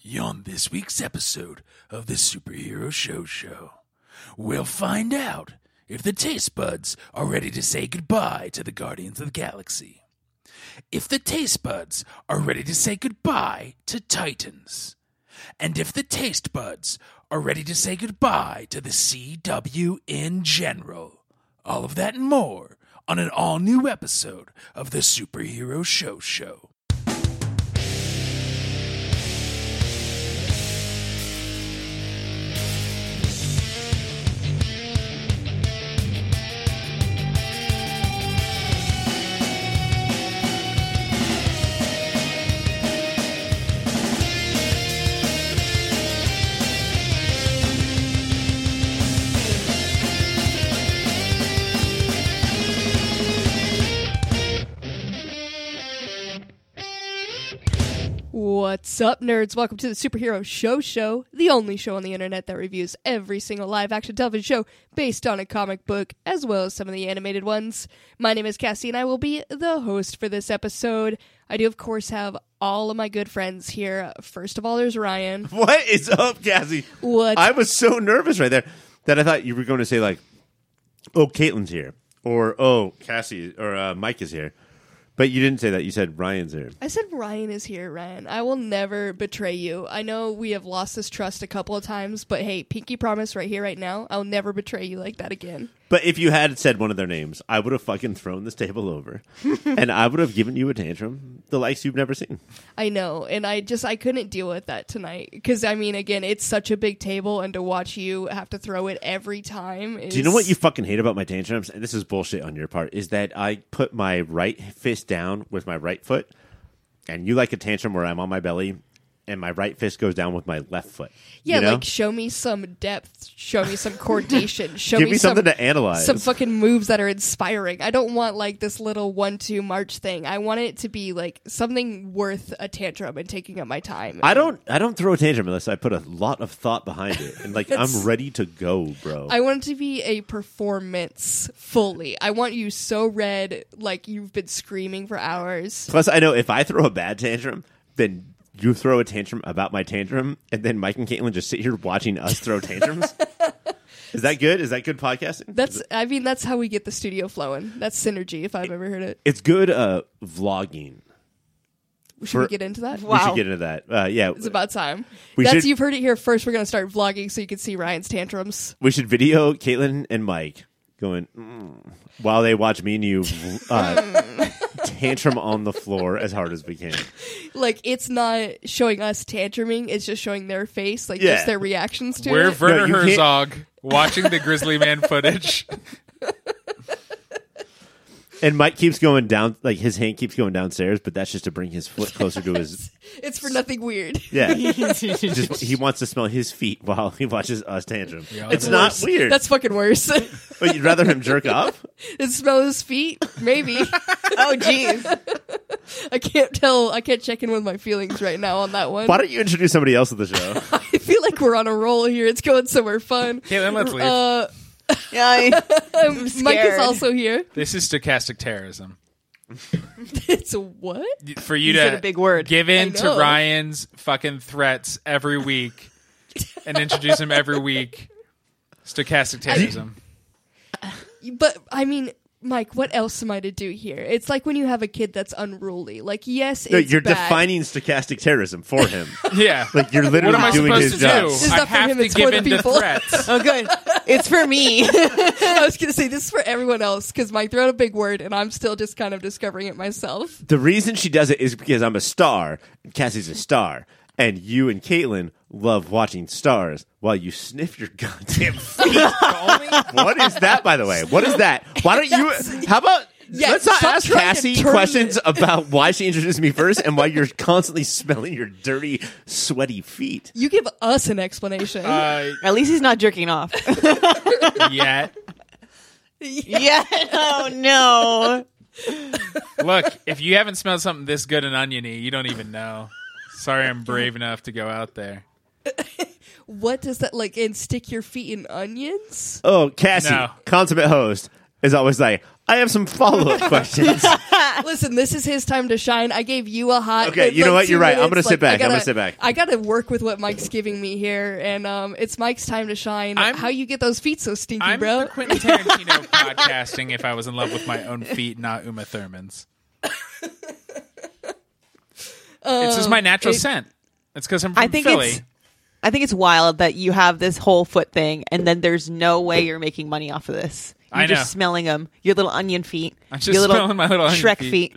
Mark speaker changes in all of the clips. Speaker 1: you on this week's episode of the Superhero Show Show. We'll find out if the taste buds are ready to say goodbye to the Guardians of the Galaxy. If the taste buds are ready to say goodbye to Titans. And if the taste buds are ready to say goodbye to the CW in general. All of that and more on an all new episode of the Superhero Show Show.
Speaker 2: What's up, nerds? Welcome to the Superhero Show Show, the only show on the internet that reviews every single live action television show based on a comic book, as well as some of the animated ones. My name is Cassie, and I will be the host for this episode. I do, of course, have all of my good friends here. First of all, there's Ryan.
Speaker 3: What is up, Cassie?
Speaker 2: What?
Speaker 3: I was so nervous right there that I thought you were going to say like, "Oh, Caitlin's here," or "Oh, Cassie or uh, Mike is here," but you didn't say that. You said Ryan's here.
Speaker 2: I said Ryan is here, Ryan. I will never betray you. I know we have lost this trust a couple of times, but hey, pinky promise right here, right now, I'll never betray you like that again.
Speaker 3: But if you had said one of their names, I would have fucking thrown this table over, and I would have given you a tantrum the likes you've never seen.
Speaker 2: I know, and I just I couldn't deal with that tonight because I mean, again, it's such a big table, and to watch you have to throw it every time. Is,
Speaker 3: Do you know what you fucking hate about my tantrums? And this is bullshit on your part. Is that I put my right fist down with my right foot, and you like a tantrum where I'm on my belly, and my right fist goes down with my left foot.
Speaker 2: Yeah,
Speaker 3: you know?
Speaker 2: like show me some depth, show me some coordination, show
Speaker 3: Give
Speaker 2: me,
Speaker 3: me
Speaker 2: some-
Speaker 3: something to analyze.
Speaker 2: Some fucking moves that are inspiring. I don't want like this little one-two march thing. I want it to be like something worth a tantrum and taking up my time.
Speaker 3: I don't I don't throw a tantrum unless I put a lot of thought behind it. And like
Speaker 2: That's-
Speaker 3: I'm ready to go, bro.
Speaker 2: I want it to be a performance fully. I want you so red, like you've been screaming for hours.
Speaker 3: Plus I know if I throw a bad tantrum, then you throw a tantrum about my tantrum, and then Mike and Caitlin just sit here watching us throw tantrums. Is that good? Is that good podcasting?
Speaker 2: That's I mean that's how we get the studio flowing. That's synergy if I've ever heard it.
Speaker 3: it's good uh vlogging.
Speaker 2: Should we
Speaker 3: For-
Speaker 2: get into that?
Speaker 3: We should get into that. Uh, yeah.
Speaker 2: It's about time.
Speaker 3: We
Speaker 2: that's
Speaker 3: should-
Speaker 2: you've heard it here first. We're gonna start vlogging so you can see Ryan's tantrums.
Speaker 3: we should video Caitlin and Mike going "Mm," while they watch me and you uh, tantrum on the floor as hard as we can.
Speaker 2: Like it's not showing us tantruming, it's just showing their face, like
Speaker 3: Yeah.
Speaker 2: just their reactions to
Speaker 4: We're
Speaker 2: it.
Speaker 4: Werner
Speaker 3: you can't-
Speaker 4: Herzog watching the Grizzly Man footage.
Speaker 3: And Mike keeps going down, like his hand keeps going downstairs, but that's just to bring his foot closer to his.
Speaker 2: it's for nothing weird.
Speaker 3: Yeah, just he wants to smell his feet while he watches us tantrum. it's
Speaker 4: that's
Speaker 3: not weird.
Speaker 2: That's fucking worse.
Speaker 3: but you'd rather him jerk off.
Speaker 2: it smells his feet? Maybe.
Speaker 5: Oh, jeez.
Speaker 2: I can't tell I can't check in with my feelings right now on that one.
Speaker 3: Why don't you introduce somebody else to the show?
Speaker 2: I feel like we're on a roll here. It's going somewhere fun.
Speaker 4: Caitlin, let's leave.
Speaker 2: Uh
Speaker 5: Yeah, I-
Speaker 2: Mike is
Speaker 5: scared.
Speaker 2: also here.
Speaker 4: this is stochastic terrorism.
Speaker 2: It's a what?
Speaker 4: Y- For you,
Speaker 5: You
Speaker 4: to
Speaker 5: said a big word.
Speaker 4: give in
Speaker 2: I
Speaker 4: to
Speaker 2: know.
Speaker 4: Ryan's fucking threats every week and introduce him every week. Stochastic terrorism.
Speaker 2: but I mean, Mike, what else am I to do here? It's like when you have a kid that's unruly. Like, yes,
Speaker 3: No,
Speaker 2: it's
Speaker 3: you're
Speaker 2: bad.
Speaker 3: defining stochastic terrorism for him.
Speaker 4: yeah.
Speaker 3: Like you're
Speaker 4: what
Speaker 3: literally
Speaker 4: am I
Speaker 3: doing
Speaker 4: supposed
Speaker 3: his
Speaker 4: to
Speaker 3: job.
Speaker 2: This
Speaker 4: do?
Speaker 2: is
Speaker 4: I
Speaker 2: not for
Speaker 4: have
Speaker 2: him,
Speaker 4: to
Speaker 2: it's for
Speaker 4: give
Speaker 2: the
Speaker 4: in to
Speaker 2: people.
Speaker 4: threats.
Speaker 5: oh, good. It's for me.
Speaker 2: I was gonna say this is for everyone else because Mike threw out a big word, and I'm still just kind of discovering it myself.
Speaker 3: The reason she does it is because I'm a star. and Cassie's a star, and you and Caitlin love watching stars while you sniff your goddamn feet. what is that, by the way? What is that? Why don't you? How about?
Speaker 2: Yeah,
Speaker 3: let's not
Speaker 2: stop
Speaker 3: ask
Speaker 2: trying to
Speaker 3: Cassie
Speaker 2: turn
Speaker 3: questions about why she introduced me first and why you're constantly smelling your dirty, sweaty feet.
Speaker 2: You give us an explanation.
Speaker 4: Uh,
Speaker 5: At least he's not jerking off.
Speaker 4: yet.
Speaker 5: yeah. Oh, no.
Speaker 4: Look, if you haven't smelled something this good and oniony, you don't even know. Sorry, I'm brave enough to go out there.
Speaker 2: what does that like? And stick your feet in onions?
Speaker 3: Oh, Cassie,
Speaker 4: No.
Speaker 3: consummate host. is always like, I have some follow up questions.
Speaker 2: Listen, this is his time to shine. I gave you a hot.
Speaker 3: Okay,
Speaker 2: like,
Speaker 3: you know what?
Speaker 2: two
Speaker 3: You're right. I'm
Speaker 2: minutes.
Speaker 3: gonna
Speaker 2: Like,
Speaker 3: sit
Speaker 2: I
Speaker 3: back. I'm gonna
Speaker 2: gotta-
Speaker 3: sit back.
Speaker 2: I gotta work with what Mike's giving me here, and um, it's Mike's time to shine.
Speaker 4: I'm-
Speaker 2: How you get those feet so stinky,
Speaker 4: I'm
Speaker 2: bro?
Speaker 4: the Quentin Tarantino of podcasting. If I was in love with my own feet, not Uma Thurman's, it's just my natural
Speaker 2: Oh, it-
Speaker 4: scent. It's because I'm from
Speaker 5: I think
Speaker 4: Philly.
Speaker 5: it's I think it's wild that you have this whole foot thing and then there's no way you're making money off of this. You're
Speaker 4: I know.
Speaker 5: just smelling them. Your little onion feet.
Speaker 4: I'm just
Speaker 5: your little
Speaker 4: smelling my little onion
Speaker 5: Shrek
Speaker 4: feet.
Speaker 5: feet.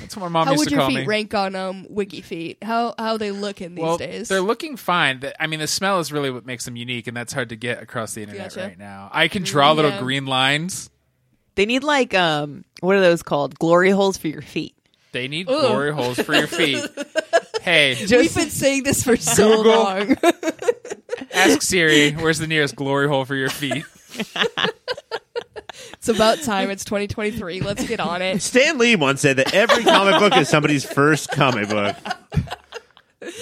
Speaker 4: That's what my mom
Speaker 2: how
Speaker 4: used
Speaker 2: would
Speaker 4: to
Speaker 2: your
Speaker 4: call
Speaker 2: feet
Speaker 4: me.
Speaker 2: rank on um wiki feet? How how they looking these
Speaker 4: well,
Speaker 2: days?
Speaker 4: they're looking fine. The- I mean, the smell is really what makes them unique, and that's hard to get across the internet
Speaker 2: Gotcha. Mm,
Speaker 4: right now. I can draw little
Speaker 2: yeah.
Speaker 4: green lines.
Speaker 5: They need like um what are those called? Glory holes for your feet.
Speaker 4: They need glory holes for your feet. hey,
Speaker 2: We've been saying this for so
Speaker 4: Google.
Speaker 2: long.
Speaker 4: ask Siri, where's the nearest glory hole for your feet?
Speaker 2: it's about time. It's 2023. Let's get on it.
Speaker 3: Stan Lee once said that every comic book is somebody's first comic book.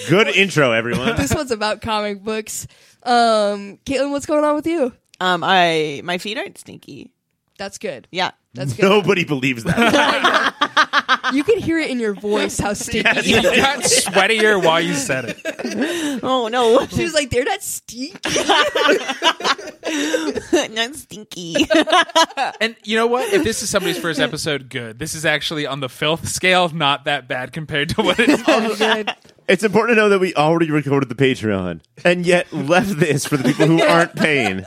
Speaker 3: Good intro, everyone.
Speaker 2: This one's about comic books. Um, Caitlin, what's going on with you?
Speaker 5: Um I my feet aren't stinky.
Speaker 2: That's good.
Speaker 5: Yeah.
Speaker 2: That's good.
Speaker 3: Nobody believes that.
Speaker 2: You can hear it in your voice how stinky.
Speaker 4: You got sweatier while you said it.
Speaker 5: Oh no.
Speaker 2: She was like, "They're not stinky."
Speaker 5: Not stinky.
Speaker 4: And you know what? If this is somebody's first episode, good. This is actually on the filth scale, not that bad compared to what it is.
Speaker 3: It's important to know that we already recorded the Patreon and yet left this for the people who aren't paying.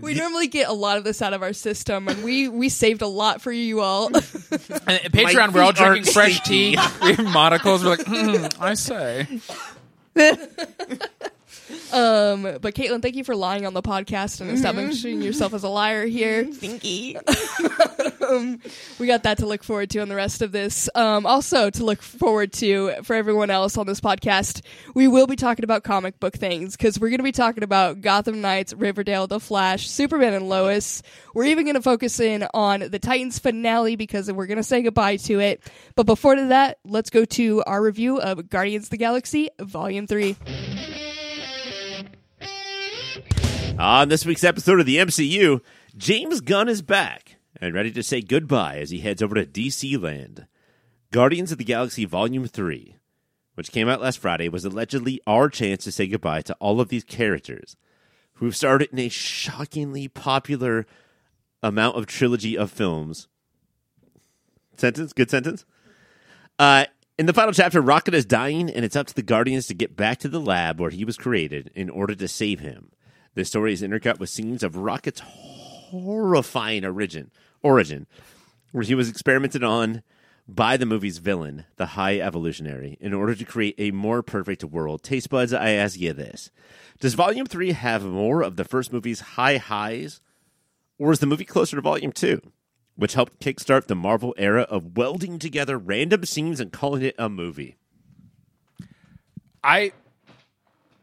Speaker 2: We normally get a lot of this out of our system, and we we saved a lot for you all.
Speaker 4: And at Patreon, we're all
Speaker 3: feet aren't
Speaker 4: drinking fresh
Speaker 3: stinky.
Speaker 4: tea. We have monocles. We're like, hmm, I say.
Speaker 2: Um, but Caitlin, thank you for lying on the podcast
Speaker 4: Mm-hmm.
Speaker 2: and establishing yourself as a liar here.
Speaker 5: stinky.
Speaker 2: We got that to look forward to on the rest of this. Um, also to look forward to for everyone else on this podcast, we will be talking about comic book things because we're going to be talking about Gotham Knights, Riverdale, The Flash, Superman and Lois. We're even going to focus in on the Titans finale because we're going to say goodbye to it. But before that, let's go to our review of Guardians of the Galaxy Volume Three.
Speaker 3: On this week's episode of the MCU, James Gunn is back and ready to say goodbye as he heads over to DC land. Guardians of the Galaxy Volume 3, which came out last Friday, was allegedly our chance to say goodbye to all of these characters who've starred in a shockingly popular amount of trilogy of films. Sentence? Good sentence? Uh, in the final chapter, Rocket is dying, and it's up to the Guardians to get back to the lab where he was created in order to save him. The story is intercut with scenes of Rocket's horrifying origin, origin, where he was experimented on by the movie's villain, the High Evolutionary, in order to create a more perfect world. Taste buds, I ask you this: Does Volume Three have more of the first movie's high highs, or is the movie closer to Volume Two? which helped kickstart the Marvel era of welding together random scenes and calling it a movie.
Speaker 4: I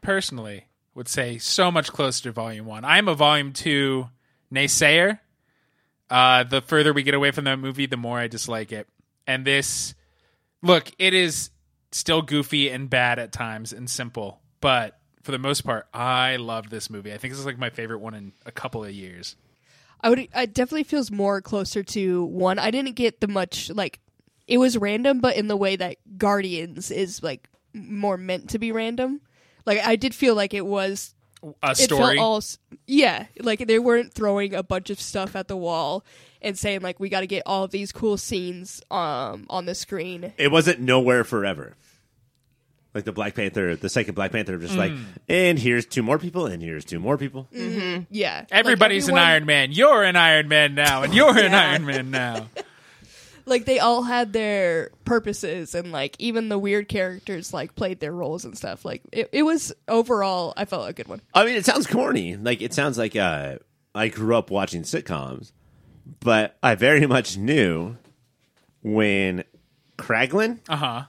Speaker 4: personally would say so much closer to volume one. I'm a volume two naysayer. Uh, the further we get away from that movie, the more I dislike it. And this, look, it is still goofy and bad at times and simple, but for the most part, I love this movie. I think this is like my favorite one in a couple of years.
Speaker 2: I would. It definitely feels more closer to one. I didn't get the much like. It was random, but in the way that Guardians is like more meant to be random. Like I did feel like it was.
Speaker 4: A
Speaker 2: It
Speaker 4: story.
Speaker 2: felt all. s- Yeah, like they weren't throwing a bunch of stuff at the wall and saying like we got to get all of these cool scenes um on the screen.
Speaker 3: It wasn't nowhere forever. Like the Black Panther, the second Black Panther, just like, and here's two more people, and here's two more people.
Speaker 2: Yeah, Like,
Speaker 4: Mm. Everybody's
Speaker 2: everyone-
Speaker 4: an Iron Man. You're an Iron Man now, and you're an Iron Man now.
Speaker 2: Like they all had their purposes, and like even the weird characters like played their roles and stuff. Like it, it was overall, I felt a good one.
Speaker 3: I mean, it sounds corny. Like it sounds like uh, I grew up watching sitcoms, but I very much knew when Kraglin,
Speaker 4: Uh huh.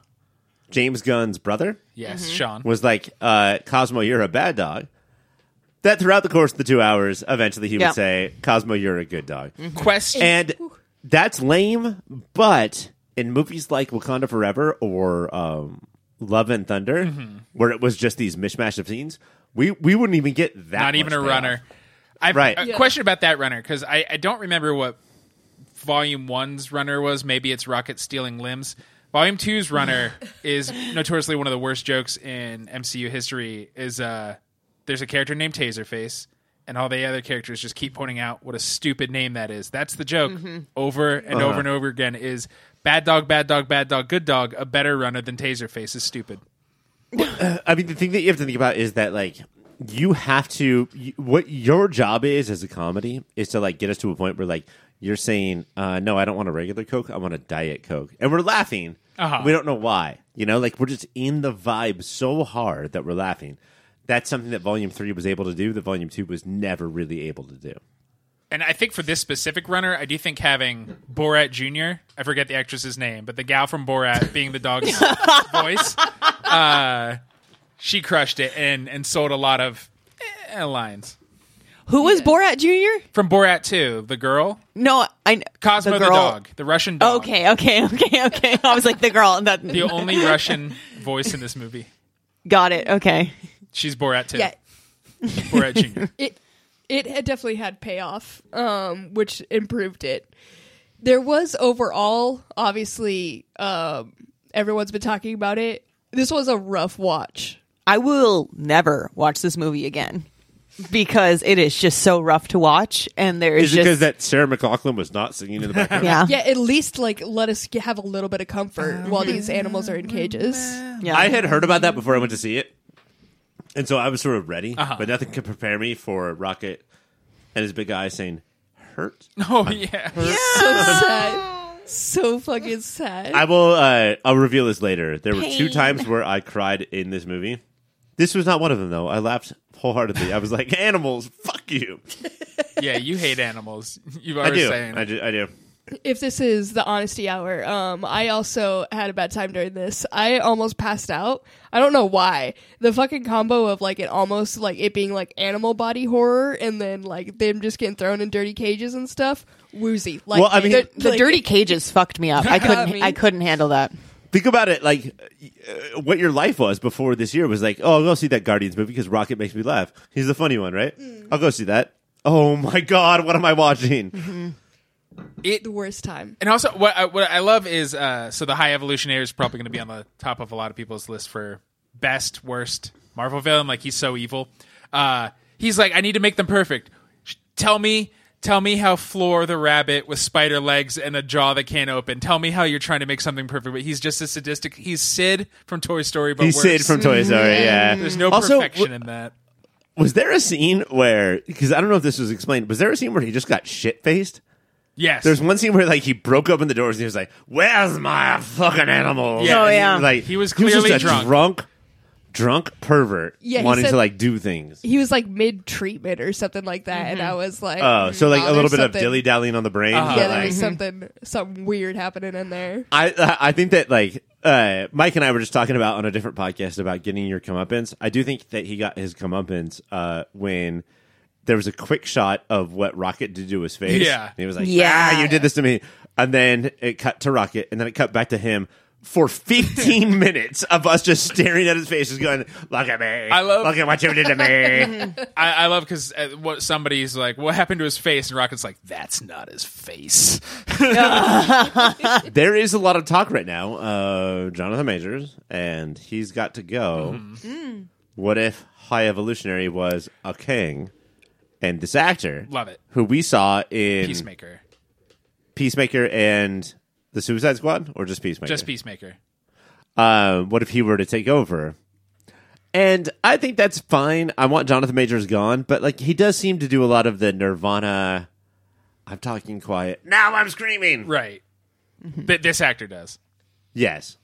Speaker 3: James Gunn's brother,
Speaker 4: Yes,
Speaker 2: Mm-hmm.
Speaker 4: Sean.
Speaker 3: was like, uh, Cosmo, you're a bad dog. That throughout the course of the two hours, eventually he
Speaker 5: Yeah.
Speaker 3: would say, Cosmo, you're a good dog.
Speaker 4: Question.
Speaker 3: And that's lame, but in movies like Wakanda Forever or um, Love and Thunder,
Speaker 4: Mm-hmm.
Speaker 3: where it was just these mishmash of scenes, we, we wouldn't even get that.
Speaker 4: not
Speaker 3: much
Speaker 4: even a
Speaker 3: payoff.
Speaker 4: runner. I've,
Speaker 3: Right.
Speaker 4: A
Speaker 3: Yeah.
Speaker 4: question about that runner because I, I don't remember what Volume One's runner was maybe it's rocket stealing limbs. Volume Two's runner is notoriously one of the worst jokes in MCU history. Is uh, there's a character named Taserface, and all the other characters just keep pointing out what a stupid name that is. That's the joke over and
Speaker 3: Uh-huh.
Speaker 4: over and over again. Is bad dog, bad dog, bad dog, good dog a better runner than Taserface? Is stupid.
Speaker 3: I mean, the thing that you have to think about is that like you have to you, what your job is as a comedy is to like get us to a point where like you're saying, uh, no, I don't want a regular Coke, I want a diet Coke, and we're laughing.
Speaker 4: Uh-huh.
Speaker 3: We don't know why, you know, like we're just in the vibe so hard that we're laughing. That's something that Volume Three was able to do that Volume Two was never really able to do.
Speaker 4: And I think for this specific runner, I do think having Borat Jr. I forget the actress's name, but the gal from Borat being the dog's voice, uh, she crushed it and and sold a lot of eh, lines
Speaker 5: Who was Borat Jr.?
Speaker 4: from Borat too. The girl
Speaker 5: No, I kn-
Speaker 4: Cosmo the,
Speaker 5: girl.
Speaker 4: dog, the Russian dog.
Speaker 5: Okay, okay, okay, okay. I was like the girl. That
Speaker 4: Um, the only Russian voice in this movie.
Speaker 5: got it. Okay,
Speaker 4: She's Borat too.
Speaker 2: Yeah,
Speaker 4: Borat Jr.
Speaker 2: it it had definitely had payoff, um, which improved it. There was overall, obviously, um, everyone's been talking about it. This was a rough watch.
Speaker 5: I will never watch this movie again because it is just so rough to watch, and there
Speaker 3: Is
Speaker 5: is
Speaker 3: it because
Speaker 5: just
Speaker 3: that Sarah McLaughlin was not singing in the background?
Speaker 5: yeah,
Speaker 2: Yeah, at least like let us g- have a little bit of comfort while these animals are in cages.
Speaker 5: yeah.
Speaker 3: I had heard about that before I went to see it, and so I was sort of ready, but nothing could prepare me for Rocket and his big eyes saying "hurt."
Speaker 4: Oh yeah.
Speaker 2: So sad. So fucking sad.
Speaker 3: I will. Uh, I'll reveal this later. There were two
Speaker 5: Pain.
Speaker 3: times where I cried in this movie. This was not one of them, though. I laughed wholeheartedly. I was like, "Animals, fuck you!"
Speaker 4: Yeah, you hate animals. You've
Speaker 3: I
Speaker 4: already
Speaker 3: do.
Speaker 4: saying
Speaker 3: I do. I do.
Speaker 2: if this is the honesty hour, um, I also had a bad time during this. I almost passed out. I don't know why. The fucking combo of like it almost like it being like animal body horror and then like them just getting thrown in dirty cages and stuff. Woozy. Like
Speaker 3: Well, I mean-
Speaker 2: the,
Speaker 5: the
Speaker 2: like-
Speaker 5: dirty cages fucked me up. I couldn't.
Speaker 2: me.
Speaker 5: I couldn't handle that.
Speaker 3: Think about it. Like, uh, what your life was before this year was like. Oh, I'll go see that Guardians movie because Rocket makes me laugh. He's the funny one, right? I'll go see that. Oh my god, what am I watching?
Speaker 2: the worst time.
Speaker 4: And also, what I, what I love is uh, so the High Evolutionary is probably going to be on the top of a lot of people's list for best worst Marvel villain. Like he's so evil. Uh, he's like, I need to make them perfect. Sh- Tell me, tell me how Floor the rabbit with spider legs and a jaw that can't open. Tell me how you're trying to make something perfect. But he's just a sadistic. He's Sid from Toy Story, but
Speaker 3: He's
Speaker 4: worse. Mm-hmm. Mm.
Speaker 3: Sid from Toy Story. Yeah.
Speaker 4: There's no
Speaker 3: Also,
Speaker 4: perfection
Speaker 3: w-
Speaker 4: in that.
Speaker 3: Was there a scene where? Because I don't know if this was explained. Was there a scene where he just got shit faced?
Speaker 4: Yes,
Speaker 3: There's one scene where like he broke open the doors and he was like, "Where's my fucking animals?"
Speaker 4: Yeah. Oh,
Speaker 5: yeah.
Speaker 3: like
Speaker 4: He was
Speaker 3: just
Speaker 4: clearly
Speaker 3: a
Speaker 4: drunk.
Speaker 3: drunk, drunk pervert,
Speaker 2: Yeah, he
Speaker 3: wanting
Speaker 2: said-
Speaker 3: to like do things.
Speaker 2: He was like mid treatment or something like that, and I was like,
Speaker 3: Oh, so like
Speaker 2: "Mm,
Speaker 3: a little
Speaker 2: there's
Speaker 3: bit of
Speaker 2: something-
Speaker 3: dilly dallying on the brain.
Speaker 4: Uh-huh.
Speaker 3: but,
Speaker 2: Yeah,
Speaker 3: like,
Speaker 2: there's something something weird happening in there.
Speaker 3: I I think that like uh, Mike and I were just talking about on a different podcast about getting your comeuppance. I do think that he got his comeuppance uh, when there was a quick shot of what Rocket did to his face.
Speaker 4: Yeah.
Speaker 3: and he was like,
Speaker 5: Yeah.
Speaker 3: "Yeah, you did this to me," and then it cut to Rocket, and then it cut back to him. For 15 minutes of us just staring at his face, just going, "Look at me!
Speaker 4: I love-
Speaker 3: Look at what you did to me!"
Speaker 4: I, I love because uh, what somebody's like, what happened to his face? And Rocket's like, that's not his face.
Speaker 3: there is a lot of talk right now. Uh, Jonathan Majors, and he's got to go.
Speaker 2: Mm-hmm.
Speaker 3: What if High Evolutionary was a king, and this actor,
Speaker 4: Love it.
Speaker 3: who we saw in Peacemaker,
Speaker 4: Peacemaker,
Speaker 3: and the Suicide Squad, or just Peacemaker?
Speaker 4: just Peacemaker.
Speaker 3: Uh, what if he were to take over? And I think that's fine. I want Jonathan Majors gone, but like he does seem to do a lot of the Nirvana. I'm talking quiet. Now I'm screaming.
Speaker 4: Right. But this actor does.
Speaker 3: Yes.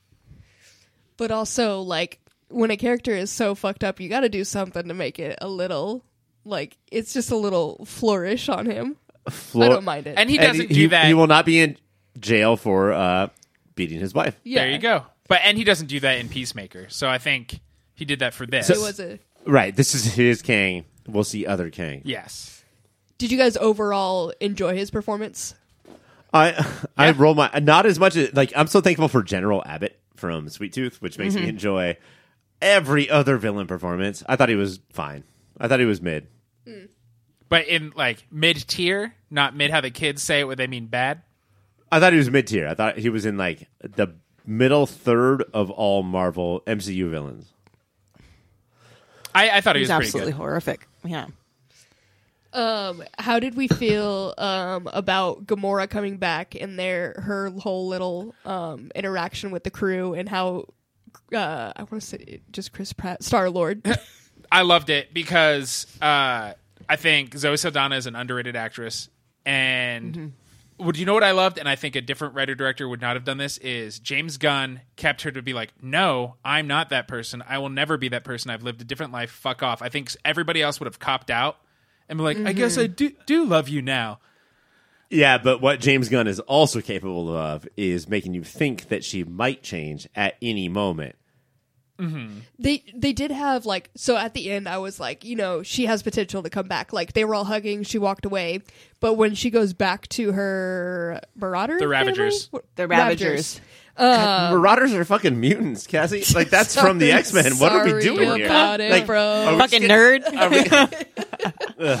Speaker 2: but also like when a character is so fucked up you got to do something to make it a little like it's just a little flourish on him
Speaker 3: Floor-
Speaker 2: i don't mind it
Speaker 4: And he
Speaker 3: And
Speaker 4: doesn't
Speaker 3: he,
Speaker 4: do that.
Speaker 3: He will not be in jail for uh, beating his wife.
Speaker 2: yeah
Speaker 4: there you go. But and he doesn't do that in Peacemaker. So I think he did that for this.
Speaker 2: it was a
Speaker 3: Right. This is his king. We'll see other king.
Speaker 4: yes.
Speaker 2: did you guys overall enjoy his performance
Speaker 3: I I roll my not as much as like I'm so thankful for General Abbott from Sweet Tooth, which makes me enjoy every other villain performance. I thought he was fine. I thought he was mid.
Speaker 4: But in like mid tier, not mid how the kids say it when they mean bad.
Speaker 3: I thought he was mid tier. I thought he was in like the middle third of all Marvel MCU villains.
Speaker 4: I, I thought he
Speaker 5: He's
Speaker 4: was pretty
Speaker 5: absolutely
Speaker 4: good.
Speaker 5: horrific. Yeah.
Speaker 2: Um, how did we feel um, about Gamora coming back and their her whole little um, interaction with the crew and how uh, I want to say just Chris Pratt, Star Lord.
Speaker 4: I loved it because uh, I think Zoe Saldana is an underrated actress. And would you know what I loved? And I think a different writer director would not have done this. Is James Gunn kept her to be like, no, I'm not that person. I will never be that person. I've lived a different life. Fuck off. I think everybody else would have copped out and be like, I guess I do do love you now.
Speaker 3: Yeah, but what James Gunn is also capable of is making you think that she might change at any moment.
Speaker 2: they they did have like so at the end I was like you know she has potential to come back like they were all hugging she walked away but when she goes back to her marauder
Speaker 4: The Ravagers.
Speaker 2: family?
Speaker 5: The Ravagers.
Speaker 3: Marauders are fucking mutants, Cassie. Like that's from the X Men. What are we
Speaker 2: Uh, Sorry
Speaker 3: doing here?
Speaker 2: about it,
Speaker 3: Like,
Speaker 2: bro.
Speaker 3: are we
Speaker 5: Fucking
Speaker 3: just
Speaker 5: nerd.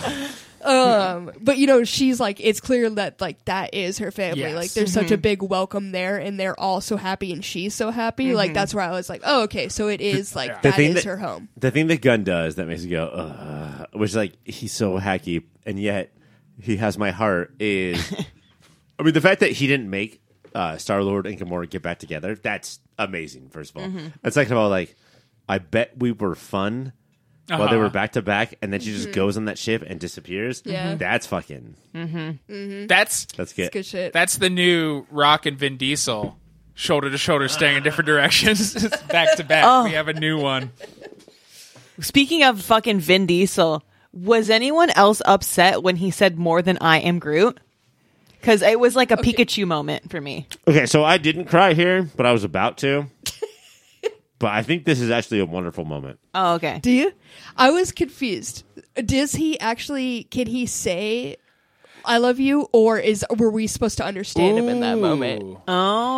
Speaker 2: um but you know she's like it's clear that like that is her family
Speaker 4: Yes.
Speaker 2: like there's
Speaker 5: Mm-hmm.
Speaker 2: such a big welcome there and they're all so happy and she's so happy
Speaker 5: Mm-hmm.
Speaker 2: like that's where I was like oh okay so it is like
Speaker 3: The
Speaker 2: that
Speaker 3: thing
Speaker 2: is
Speaker 3: that-
Speaker 2: her home
Speaker 3: the thing that Gunn does that makes you go, Ugh, which like he's so hacky and yet he has my heart is, I mean, the fact that he didn't make uh, Star Lord and Gamora get back together that's amazing. First of all,
Speaker 2: Mm-hmm.
Speaker 3: and second of all, like I bet we were fun while they
Speaker 4: Uh-huh.
Speaker 3: were back to back, and then she just goes on that ship and disappears.
Speaker 2: Mm-hmm. Yeah.
Speaker 3: that's fucking
Speaker 4: That's
Speaker 3: that's good.
Speaker 2: it's good shit
Speaker 4: that's the new Rock and Vin Diesel, shoulder to shoulder, staring in different directions, back to back. We have a new one.
Speaker 5: Speaking of fucking Vin Diesel, was anyone else upset when he said more than I am Groot? Because it was like a Pikachu moment for me.
Speaker 3: Okay, so I didn't cry here, but I was about to. but I think this is actually a wonderful moment.
Speaker 5: Oh, okay.
Speaker 2: do you I was confused does he actually can he say I love you or is were we supposed to understand him in that moment
Speaker 4: Ooh.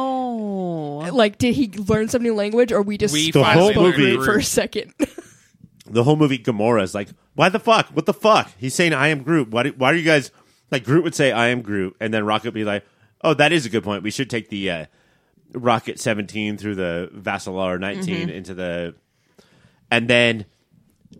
Speaker 5: oh.
Speaker 2: like did he learn some new language or we just
Speaker 4: We
Speaker 3: The
Speaker 4: finally
Speaker 3: whole
Speaker 4: learned
Speaker 3: movie-
Speaker 4: Groot.
Speaker 2: for a second
Speaker 3: the whole movie Gamora is like, why the fuck? What the fuck? He's saying I am Groot. Why, do, why are you guys like Groot would say I am Groot, and then Rocket would be like, oh, that is a good point. We should take the uh, Rocket seventeen through the Vassalar 19 into the, and then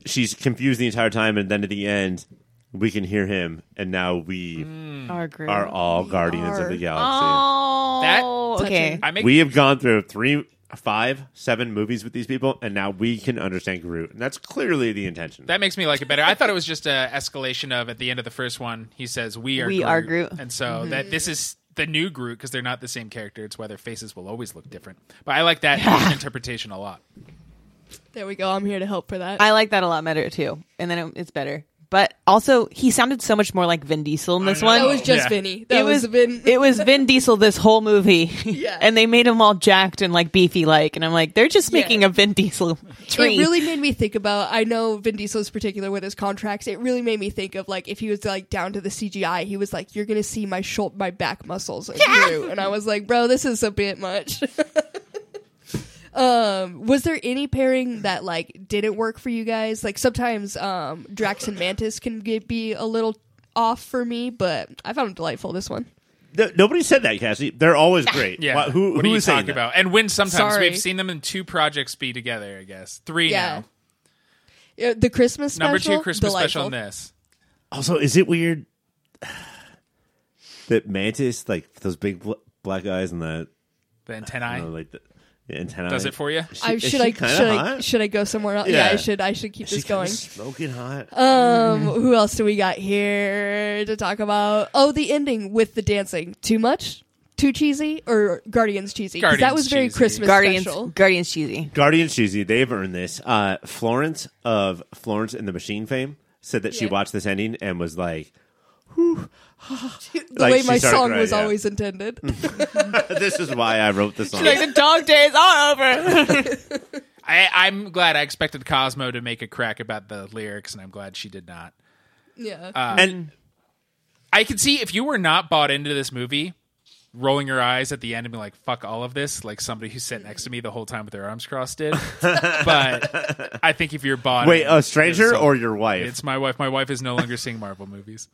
Speaker 3: she's confused the entire time, and then at the end we can hear him, and now we
Speaker 5: Our Groot.
Speaker 3: are all guardians of the
Speaker 2: are.
Speaker 3: galaxy.
Speaker 5: oh.
Speaker 4: That-
Speaker 5: okay.
Speaker 4: I make
Speaker 3: we have gone through three, five, seven movies with these people, and now we can understand Groot, and that's clearly the intention.
Speaker 4: That makes me like it better. I thought it was just a escalation of at the end of the first one, he says, "We are
Speaker 5: We
Speaker 4: Groot.
Speaker 5: are Groot.
Speaker 4: and so
Speaker 2: Mm-hmm.
Speaker 4: that this is the new Groot because they're not the same character. It's why their faces will always look different. But I like that interpretation a lot.
Speaker 2: there we go I'm here to help for that
Speaker 5: I like that a lot better too. And then it, it's better. But also, he sounded so much more like Vin Diesel in this one.
Speaker 2: that was just
Speaker 4: Yeah.
Speaker 2: Vinny that was Vin
Speaker 5: it was Vin Diesel this whole movie.
Speaker 2: Yeah.
Speaker 5: and they made him all jacked and like beefy like and I'm like they're just
Speaker 2: Yeah.
Speaker 5: making a Vin Diesel tree.
Speaker 2: It really made me think about. I know Vin Diesel's particular with his contracts. It really made me think of like if he was like down to the CGI, he was like, "You're gonna see my shoulder, my back muscles and through." And I was like, "Bro, this is a bit much." um, was there any pairing that like didn't work for you guys? Like sometimes um, Drax and Mantis can get, be a little off for me, but I found it delightful this one.
Speaker 3: No- nobody said that, Cassie. They're always great.
Speaker 4: Yeah,
Speaker 3: Why- who who
Speaker 4: what are you
Speaker 3: is saying
Speaker 4: talking
Speaker 3: that?
Speaker 4: about? And when sometimes
Speaker 2: Sorry.
Speaker 4: we've seen them in two projects be together. I guess three
Speaker 2: Yeah.
Speaker 4: now.
Speaker 2: Uh, The Christmas
Speaker 4: Number
Speaker 2: special,
Speaker 4: two Christmas special
Speaker 2: delightful.
Speaker 4: in this.
Speaker 3: Also, is it weird that Mantis, like those big bl- black eyes and the,
Speaker 4: The
Speaker 3: I
Speaker 4: antennae
Speaker 3: don't know, like Oh, the, the antenna,
Speaker 4: does it for you.
Speaker 3: Is
Speaker 2: I,
Speaker 3: is
Speaker 2: should I should
Speaker 3: kinda
Speaker 2: I,
Speaker 3: hot?
Speaker 2: should I go somewhere else?
Speaker 3: Yeah.
Speaker 2: yeah I should. I should keep
Speaker 3: Is she
Speaker 2: this
Speaker 3: kinda
Speaker 2: going.
Speaker 3: smoking hot.
Speaker 2: Um, who else do we got here to talk about? Oh, the ending with the dancing. Too much? Too cheesy? Or Guardians cheesy? 'Cause that
Speaker 4: Guardians
Speaker 2: was very
Speaker 4: cheesy.
Speaker 2: Christmas
Speaker 5: Guardians
Speaker 2: special.
Speaker 5: Guardians cheesy.
Speaker 3: Guardians cheesy, they've earned this. Uh, Florence of Florence and the Machine fame said that she
Speaker 2: Yeah.
Speaker 3: watched this ending and was like,
Speaker 2: The
Speaker 3: Like,
Speaker 2: way
Speaker 3: she
Speaker 2: my
Speaker 3: started
Speaker 2: song
Speaker 3: crying,
Speaker 2: was
Speaker 3: yeah.
Speaker 2: always intended.
Speaker 3: "This is why I wrote this song."
Speaker 5: the dog days are over.
Speaker 4: I, I'm glad I expected Cosmo to make a crack about the lyrics, and I'm glad she did not.
Speaker 2: yeah.
Speaker 4: Ah,
Speaker 3: and
Speaker 4: I can see if you were not bought into this movie, rolling your eyes at the end and being like, fuck all of this, like somebody who sat next to me the whole time with their arms crossed did. but I think if you're bought
Speaker 3: wait,
Speaker 4: in,
Speaker 3: a stranger
Speaker 4: it's-
Speaker 3: or your wife?
Speaker 4: It's my wife. My wife is no longer seeing Marvel movies.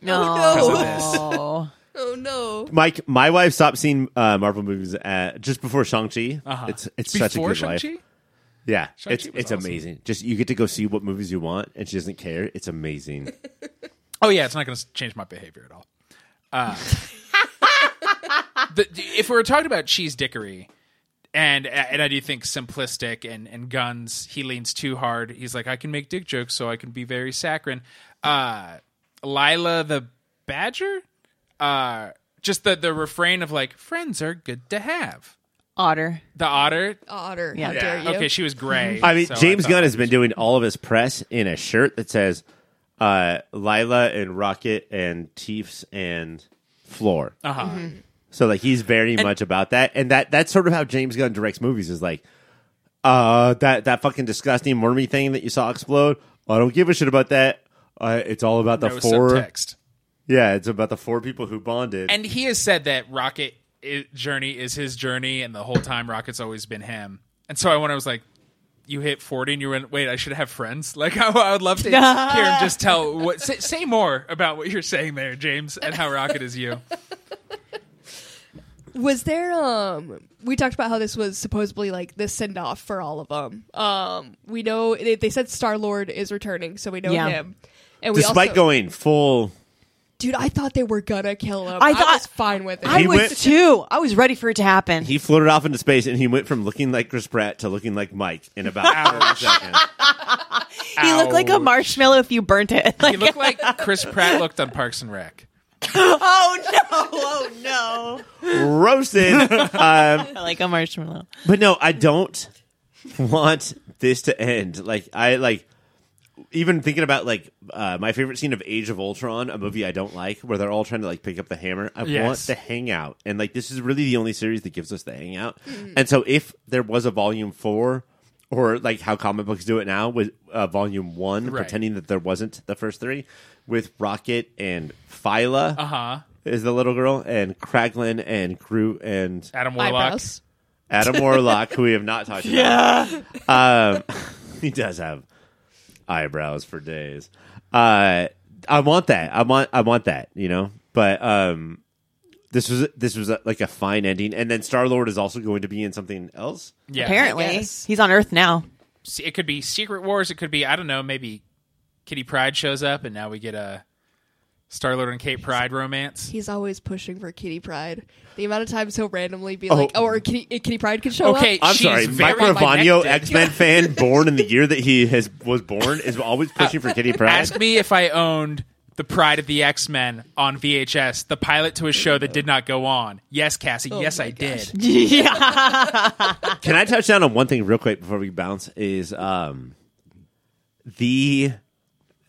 Speaker 5: no.
Speaker 2: Oh, Oh no.
Speaker 3: Mike, my wife stopped seeing uh, Marvel movies at, just before Shang Chi. It's it's such a
Speaker 4: Uh-huh. Before
Speaker 3: good life.
Speaker 4: Shang-Chi?
Speaker 3: Yeah,
Speaker 4: Shang-Chi
Speaker 3: it's
Speaker 4: was
Speaker 3: it's
Speaker 4: awesome.
Speaker 3: amazing. Just you get to go see what movies you want, and she doesn't care. It's amazing.
Speaker 4: Oh yeah, it's not going to change my behavior at all. Uh, the, if we were talking about cheese dickery, and and I do think simplistic and and guns, he leans too hard. He's like, I can make dick jokes, so I can be very saccharine. Uh, Lila the Badger, uh, just the the refrain of like, friends are good to have.
Speaker 5: Otter.
Speaker 4: The otter.
Speaker 2: Otter.
Speaker 5: Yeah.
Speaker 2: How dare you?
Speaker 4: Okay, she was gray.
Speaker 3: I mean,
Speaker 4: so
Speaker 3: James
Speaker 4: thought-
Speaker 3: Gunn has been doing all of his press in a shirt that says uh, Lila and Rocket and Teefs and Floor.
Speaker 4: Uh-huh.
Speaker 3: So like he's very much about that, and that that's sort of how James Gunn directs movies is like, uh, that that fucking disgusting wormy thing that you saw explode. I don't give a shit about that. Uh, it's all about the
Speaker 4: No
Speaker 3: four.
Speaker 4: subtext.
Speaker 3: Yeah, it's about the four people who bonded.
Speaker 4: and he has said that Rocket i- journey is his journey, and the whole time Rocket's always been him. And so I went, I was like, you hit forty, and you went, wait, I should have friends. Like I, I would love to hear him just tell what say, say more about what you're saying there, James, and how Rocket is you.
Speaker 2: Was there um we talked about how this was supposedly like the send off for all of them. Um we know they, they said Star-Lord is returning, so we know
Speaker 5: Yeah.
Speaker 2: him. And we
Speaker 3: Despite
Speaker 2: also,
Speaker 3: going full,
Speaker 2: Dude, I thought they were gonna kill him.
Speaker 5: I
Speaker 2: I,
Speaker 5: thought-
Speaker 2: was fine with it.
Speaker 5: I
Speaker 3: He
Speaker 5: was
Speaker 3: went-
Speaker 5: too. I was ready for it to happen.
Speaker 3: he floated off into space, and he went from looking like Chris Pratt to looking like Mike in about four seconds.
Speaker 5: He looked like a
Speaker 4: Ouch.
Speaker 5: marshmallow if you burnt it.
Speaker 4: He looked like Chris Pratt looked on Parks and Rec.
Speaker 5: oh no, oh no.
Speaker 3: roasted.
Speaker 5: I like a marshmallow.
Speaker 3: but no, I don't want this to end. Like I like even thinking about like uh, my favorite scene of Age of Ultron, a movie I don't like, where they're all trying to like pick up the hammer. I
Speaker 4: Yes.
Speaker 3: want the hangout, and like this is really the only series that gives us the hangout. And so, if there was a volume four, or like how comic books do it now, with uh, volume one,
Speaker 4: Right.
Speaker 3: pretending that there wasn't the first three, with Rocket and Phyla
Speaker 4: Uh huh.
Speaker 3: is the little girl, and Kraglin and Groot and
Speaker 4: Adam Warlock.
Speaker 2: Eyebrows.
Speaker 3: Adam Warlock, who we have not talked about. Yeah. Um, he does have eyebrows for days. Uh, I want that. I want. I want that. You know. But um, this was this was a, like a fine ending, and then Star Lord is also going to be in something else.
Speaker 4: Yeah,
Speaker 5: Apparently,
Speaker 2: guess.
Speaker 5: he's on Earth now.
Speaker 4: Se- it could be Secret Wars. It could be I don't know. Maybe Kitty Pride shows up, and now we get a Star Lord and Kate Pride romance.
Speaker 2: He's always pushing for Kitty Pride. The amount of times he'll randomly be like, "Oh, or Kitty, Kitty Pride could show
Speaker 4: Okay,
Speaker 2: up."
Speaker 3: I'm
Speaker 4: she's
Speaker 3: sorry, Mike
Speaker 4: very
Speaker 3: Ravagno,
Speaker 4: connected.
Speaker 3: X Men fan, born in the year that he has was born, is always pushing for Kitty Pryde.
Speaker 4: Ask me if I owned The Pride of the X Men on VHS, the pilot to a show that did not go on. Yes, Cassie. yes,
Speaker 2: Oh my
Speaker 4: I
Speaker 2: gosh.
Speaker 4: did.
Speaker 5: yeah.
Speaker 3: Can I touch down on one thing real quick before we bounce? Is um the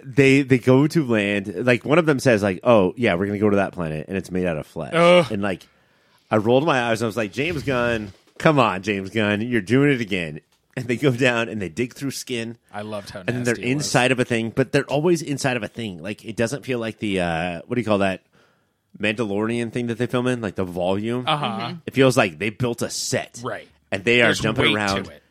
Speaker 3: they they go to land like one of them says like oh yeah we're gonna go to that planet and it's made out of flesh and like I rolled my eyes and I was like James Gunn come on James Gunn you're doing it again and they go down and they dig through skin
Speaker 4: I loved how.
Speaker 3: and then they're
Speaker 4: nasty it was.
Speaker 3: inside of a thing but they're always inside of a thing like it doesn't feel like the uh what do you call that Mandalorian thing that they film in like the volume
Speaker 4: Uh-huh.
Speaker 3: it feels like they built a set
Speaker 4: Right.
Speaker 3: and they are
Speaker 4: There's weight
Speaker 3: jumping
Speaker 4: to
Speaker 3: around
Speaker 4: it.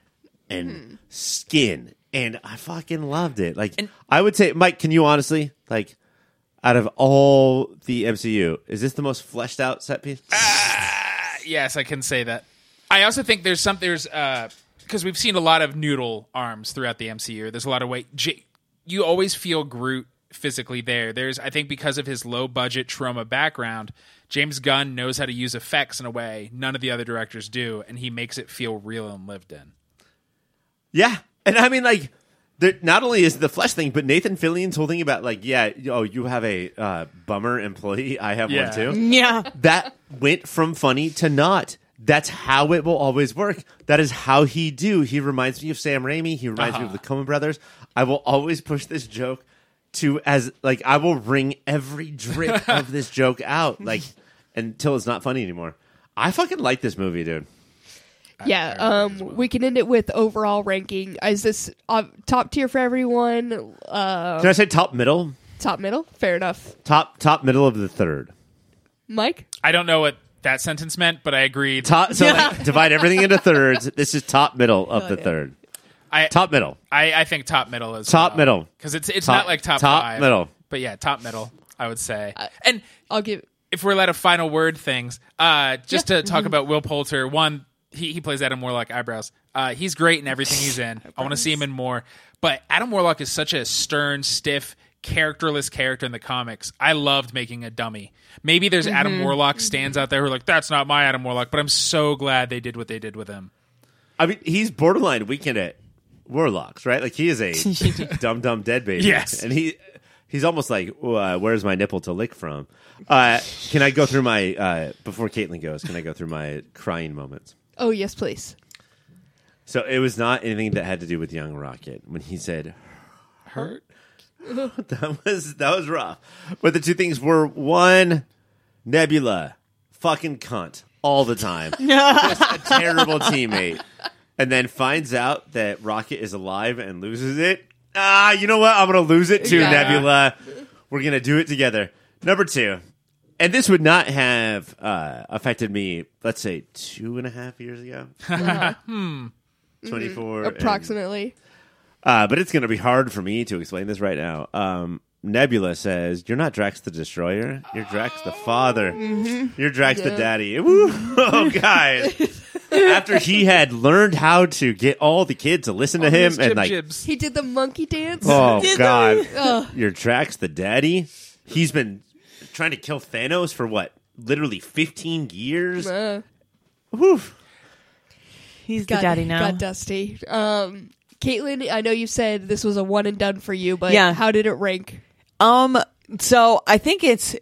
Speaker 3: and skin and i fucking loved it like i would say mike can you honestly like out of all the mcu is this the most fleshed out set piece
Speaker 4: Uh, Yes, I can say that. I also think there's some there's because we've seen a lot of noodle arms throughout the MCU. There's a lot of weight. J- you always feel Groot physically there. There's I think because of his low budget trauma background, James Gunn knows how to use effects in a way none of the other directors do, and he makes it feel real and lived in.
Speaker 3: yeah and i mean like there, not only is the flesh thing but nathan fillion's holding about like yeah oh you have a uh, bummer employee i have
Speaker 4: Yeah.
Speaker 3: one too
Speaker 5: Yeah.
Speaker 3: that went from funny to not. That's how it will always work. That is how he do. He reminds me of Sam Raimi. He reminds me of the Coen Brothers. I will always push this joke to as like I will wring every drip of this joke out like until it's not funny anymore. I fucking like this movie, dude.
Speaker 2: Yeah, um, we can end it with overall ranking. Is this uh, top tier for everyone? Uh,
Speaker 3: Can I say top middle?
Speaker 2: top middle? Fair enough.
Speaker 3: Top top middle of the third.
Speaker 2: Mike,
Speaker 4: I don't know what that sentence meant, but I agree.
Speaker 3: Top so like divide everything into thirds. This is top middle of the
Speaker 2: yeah.
Speaker 3: third.
Speaker 4: I,
Speaker 3: Top middle.
Speaker 4: I, I think top middle is
Speaker 3: Top middle.
Speaker 4: because it's it's
Speaker 3: Top-
Speaker 4: not like top
Speaker 3: top
Speaker 4: five,
Speaker 3: middle.
Speaker 4: but yeah, top middle. I would say, and
Speaker 2: I'll give.
Speaker 4: if we're allowed to final word things, uh, just to talk about Will Poulter, one, he, he plays Adam Warlock eyebrows. Uh, he's great in everything he's in. I want to see him in more. But Adam Warlock is such a stern, stiff, characterless character in the comics. I loved making a dummy. Maybe there's Adam Warlock stands out there who are like, that's not my Adam Warlock, but I'm so glad they did what they did with him.
Speaker 3: I mean, he's borderline weekend at Warlocks, right? Like he is a dumb dumb dead baby.
Speaker 4: Yes.
Speaker 3: and he he's almost like, "Well, uh, where's my nipple to lick from? Uh, can I go through my uh, before Caitlin goes? Can I go through my crying moments?
Speaker 2: Oh yes, please.
Speaker 3: So it was not anything that had to do with Young Rocket when he said
Speaker 4: Hurt?
Speaker 3: that was that was rough. But the two things were one, Nebula, fucking cunt all the time, just a terrible teammate, and then finds out that Rocket is alive and loses it. Ah, you know what? I'm gonna lose it too,
Speaker 2: Yeah.
Speaker 3: Nebula. We're gonna do it together. Number two. And this would not have uh, affected me, let's say, two and a half years ago. hmm. 24. and-
Speaker 2: Approximately.
Speaker 3: uh, but it's going to be hard for me to explain this right now. Um, Nebula says, "You're not Drax the Destroyer. You're Drax the father. You're Drax the
Speaker 2: Yeah.
Speaker 3: daddy." Woo! Oh, guys! After he had learned how to get all the kids to listen to him
Speaker 4: These
Speaker 3: and like,
Speaker 4: jib-jibs.
Speaker 2: He did the monkey dance.
Speaker 3: oh
Speaker 5: Did
Speaker 3: god,
Speaker 2: Ugh.
Speaker 3: you're Drax the daddy. He's been trying to kill Thanos for what, literally 15 years.
Speaker 2: Uh,
Speaker 3: Woo!
Speaker 5: He's
Speaker 2: got,
Speaker 5: the daddy now.
Speaker 2: got dusty. Um, Caitlin, I know you said this was a one and done for you, but
Speaker 5: Yeah.
Speaker 2: how did it rank?
Speaker 5: Um, so I think it's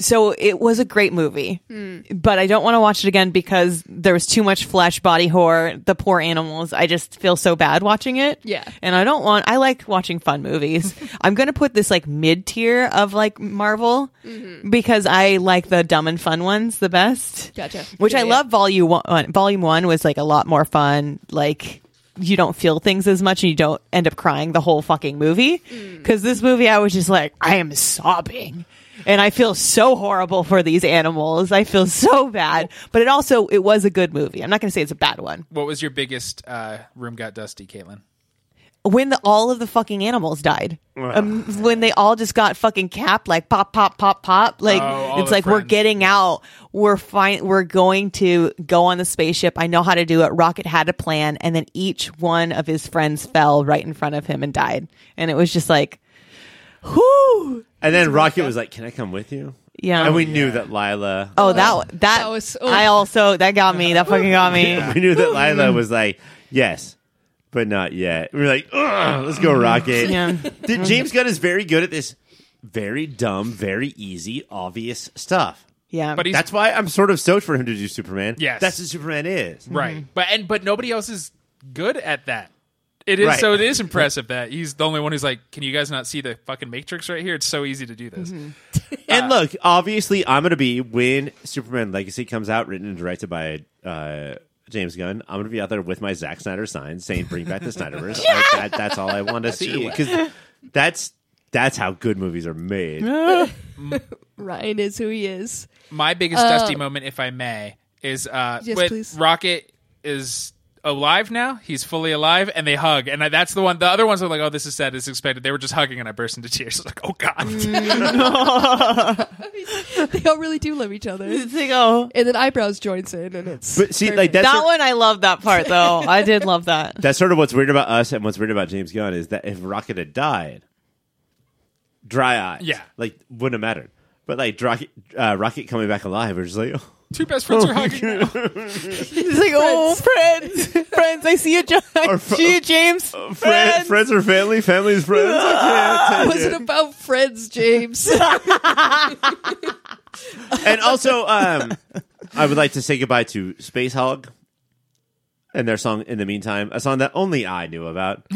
Speaker 5: so it was a great movie,
Speaker 2: Hmm.
Speaker 5: but I don't want to watch it again because there was too much flesh, body horror, the poor animals. I just feel so bad watching it.
Speaker 2: Yeah.
Speaker 5: and I don't want. I like watching fun movies. I'm gonna put this like mid tier of like Marvel
Speaker 2: Mm-hmm.
Speaker 5: because I like the dumb and fun ones the best.
Speaker 2: Gotcha.
Speaker 5: Which
Speaker 2: Yeah,
Speaker 5: I
Speaker 2: yeah.
Speaker 5: love. Volume one, uh, volume one was like a lot more fun. Like you don't feel things as much, and you don't end up crying the whole fucking movie.
Speaker 2: Mm.
Speaker 5: Because this movie, I was just like, I am sobbing, and I feel so horrible for these animals. I feel so bad, but it also it was a good movie. I'm not going to say it's a bad one.
Speaker 4: What was your biggest uh, room got dusty, Caitlin?
Speaker 5: When the, all of the fucking animals died, um, when they all just got fucking capped, like pop, pop, pop, pop. Like
Speaker 4: Oh, all
Speaker 5: it's
Speaker 4: the
Speaker 5: like we're
Speaker 4: friends.
Speaker 5: getting. getting out. We're fine. We're going to go on the spaceship. I know how to do it. Rocket had a plan, and then each one of his friends fell right in front of him and died. And it was just like, whoo,
Speaker 3: And then Rocket was like, "Can I come with you?"
Speaker 5: yeah.
Speaker 3: and we knew that Lila.
Speaker 5: oh, that that,
Speaker 2: That was-
Speaker 5: was. I also that got me. That fucking got me.
Speaker 3: we knew that Lila was like, yes, but not yet. We were like, Ugh, let's go Rocket.
Speaker 5: Yeah.
Speaker 3: Did- James Gunn is very good at this very dumb, very easy, obvious stuff.
Speaker 5: Yeah,
Speaker 4: But he's
Speaker 3: That's why I'm sort of stoked for him to do Superman.
Speaker 4: Yes.
Speaker 3: That's what Superman is.
Speaker 4: right,
Speaker 2: Mm-hmm.
Speaker 4: but and but nobody else is good at that. It is
Speaker 3: Right.
Speaker 4: so. It is impressive that he's the only one who's like, "Can you guys not see the fucking Matrix right here? It's so easy to do this."
Speaker 2: Mm-hmm.
Speaker 3: And look, obviously, I'm going to be, when Superman Legacy comes out, written and directed by uh, James Gunn, I'm going to be out there with my Zack Snyder sign saying, bring back the Snyderverse. Like, that, that's all I want to see. Because that's, that's how good movies are made.
Speaker 2: Ryan is who he is.
Speaker 4: My biggest dusty moment, if I may, is uh,
Speaker 2: Uh, Yes,
Speaker 4: when
Speaker 2: please.
Speaker 4: Rocket is alive now. He's fully alive, and they hug. And I, that's the one. The other ones are like, "Oh, this is sad. It's expected." They were just hugging, and I burst into tears. I was like, "Oh
Speaker 2: Mm.
Speaker 4: God!"
Speaker 2: They all really do love each other.
Speaker 5: It's like, oh,
Speaker 2: And then eyebrows joins in, and it's
Speaker 3: But see, like that's
Speaker 5: that
Speaker 3: sort-
Speaker 5: one I love that part though. I did love that.
Speaker 3: that's sort of what's weird about us, and what's weird about James Gunn is that if Rocket had died, dry eyes,
Speaker 4: Yeah.
Speaker 3: like wouldn't have mattered. But like Rocket, uh, Rocket coming back alive, we're just like, oh,
Speaker 4: Two best friends are hugging.
Speaker 5: It's like, oh, friends, friends, I see you, John. I
Speaker 3: fr- uh,
Speaker 5: see you, James.
Speaker 3: friends, friends are family, family's friends. I can't take
Speaker 2: was
Speaker 3: it.
Speaker 2: it about friends, James?
Speaker 3: and also, um, I would like to say goodbye to Space Hog and their song "In the Meantime," a song that only I knew about.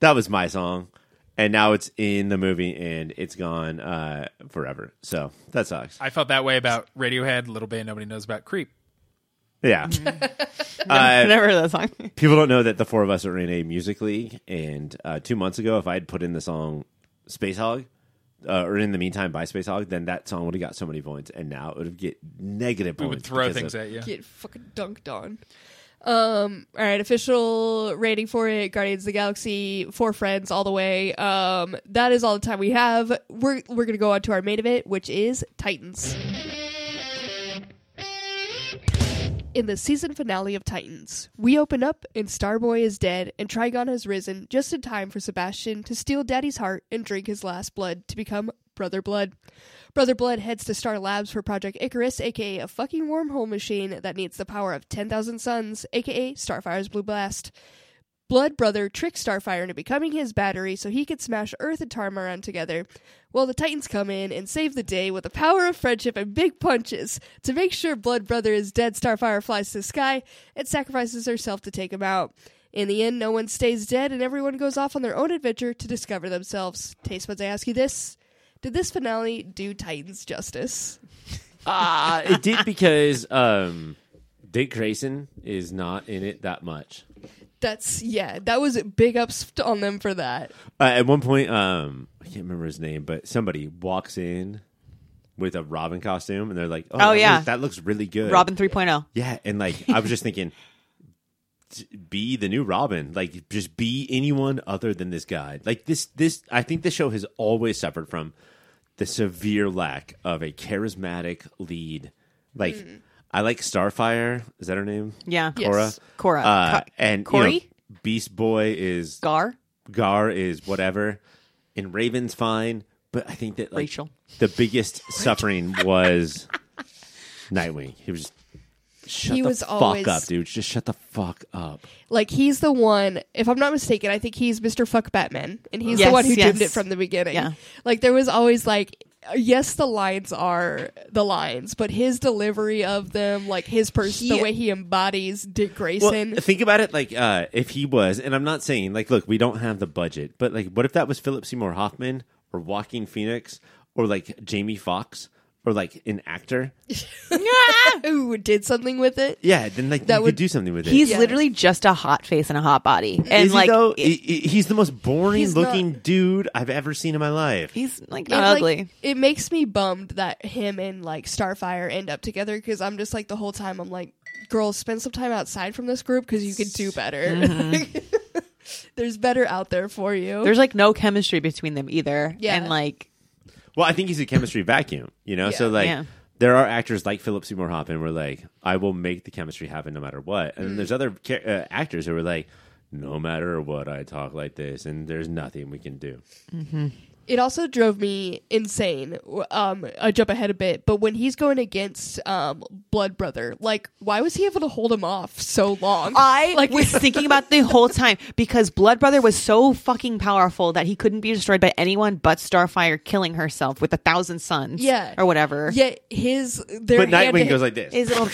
Speaker 3: that was my song, and now it's in the movie, and it's gone uh, forever. So that sucks.
Speaker 4: I felt that way about Radiohead, Little Bit Nobody Knows About, Creep.
Speaker 3: Yeah. uh,
Speaker 5: Never heard that song.
Speaker 3: people don't know that the four of us are in a music league, and uh, two months ago, if I had put in the song "Space Hog." Uh, or in the meantime, by Space Hog, then that song would have got so many points, and now it would get negative
Speaker 4: We
Speaker 3: points.
Speaker 4: would throw
Speaker 3: because
Speaker 4: things
Speaker 3: of-
Speaker 4: at you.
Speaker 2: Get fucking dunked on. Um, all right, official rating for it: Guardians of the Galaxy, four friends all the way. Um, that is all the time we have. We're we're gonna go on to our main event, which is Titans. In the season finale of Titans, we open up and Starboy is dead and Trigon has risen just in time for Sebastian to steal Daddy's heart and drink his last blood to become Brother Blood. Brother Blood heads to Star Labs for Project Icarus, aka a fucking wormhole machine that needs the power of 10,000 suns, aka Starfire's Blue Blast. Blood Brother tricks Starfire into becoming his battery so he could smash Earth and Tarmaran together. While the Titans come in and save the day with the power of friendship and big punches. To make sure Blood Brother is dead, Starfire flies to the sky and sacrifices herself to take him out. In the end, no one stays dead and everyone goes off on their own adventure to discover themselves. Taste buds, I ask you this. Did this finale do Titans justice?
Speaker 3: Uh, it did because um, Dick Grayson is not in it that much.
Speaker 2: That's, yeah, that was big ups on them for that.
Speaker 3: Uh, at one point, um, I can't remember his name, but somebody walks in with a Robin costume, and they're like, "Oh,
Speaker 5: Oh,
Speaker 3: that
Speaker 5: yeah.
Speaker 3: looks- that looks really good."
Speaker 5: Robin oh. 3.0.
Speaker 3: yeah. And like, I was just thinking, t- be the new Robin, like just be anyone other than this guy. Like this, this I think the show has always suffered from the severe lack of a charismatic lead. Like, I like Starfire. Is that her name?
Speaker 5: Yeah.
Speaker 3: Cora.
Speaker 5: Cora.
Speaker 3: Uh,
Speaker 5: Co-
Speaker 3: and you know,
Speaker 5: Corey?
Speaker 3: Beast Boy is
Speaker 5: Gar.
Speaker 3: Gar is whatever, and Raven's fine. But I think that like,
Speaker 5: Rachel.
Speaker 3: the biggest suffering was Nightwing. He was just, shut
Speaker 2: He
Speaker 3: the
Speaker 2: was
Speaker 3: fuck
Speaker 2: always-
Speaker 3: up, dude. Just shut the fuck up.
Speaker 2: Like he's the one, if I'm not mistaken, I think he's Mr. Fuck Batman, and he's the
Speaker 5: Yes,
Speaker 2: one who
Speaker 5: yes.
Speaker 2: doomed it from the beginning.
Speaker 5: Yeah.
Speaker 2: Like there was always like, yes, the lines are the lines, but his delivery of them, like his person, the
Speaker 5: He-
Speaker 2: way he embodies Dick
Speaker 3: Well,
Speaker 2: Grayson.
Speaker 3: think about it like uh, if he was, and I'm not saying like, look, we don't have the budget, but like, what if that was Philip Seymour Hoffman or Joaquin Phoenix or like Jamie Foxx or like an actor?
Speaker 2: Ooh, did something with it.
Speaker 3: Yeah, then like
Speaker 2: That
Speaker 3: you
Speaker 2: would-
Speaker 3: could do something with it.
Speaker 5: He's
Speaker 2: Yeah.
Speaker 5: literally just a hot face and a hot body. And
Speaker 3: Is he
Speaker 5: like
Speaker 3: though?
Speaker 5: it-
Speaker 3: He- he- he's the most boring
Speaker 2: He's
Speaker 3: looking dude I've ever seen in my life.
Speaker 5: he's like
Speaker 2: It,
Speaker 5: not
Speaker 2: like,
Speaker 5: ugly.
Speaker 2: it makes me bummed that him and like Starfire end up together because I'm just like the whole time I'm like, girls, spend some time outside from this group because you could do better.
Speaker 5: Mm-hmm.
Speaker 2: There's better out there for you.
Speaker 5: There's like no chemistry between them either.
Speaker 2: Yeah.
Speaker 5: And like
Speaker 3: Well, I think he's a chemistry vacuum, you know? So,
Speaker 2: Yeah.
Speaker 3: like,
Speaker 5: Yeah.
Speaker 3: there are actors like Philip Seymour Hoffman who are like, I will make the chemistry happen no matter what.
Speaker 5: Mm.
Speaker 3: And then there's other ca- uh, actors who are like, no matter what, I talk like this, and there's nothing we can do.
Speaker 2: It also drove me insane. Um, I jump ahead a bit, but when he's going against um, Blood Brother, like, why was he able to hold him off so long?
Speaker 5: I
Speaker 2: like
Speaker 5: was thinking about the whole time because Blood Brother was so fucking powerful that he couldn't be destroyed by anyone but Starfire killing herself with a thousand suns.
Speaker 2: Yeah.
Speaker 5: Or whatever.
Speaker 2: yet his their
Speaker 3: But
Speaker 2: hand
Speaker 3: Nightwing
Speaker 2: to-
Speaker 3: goes like this.
Speaker 5: His little-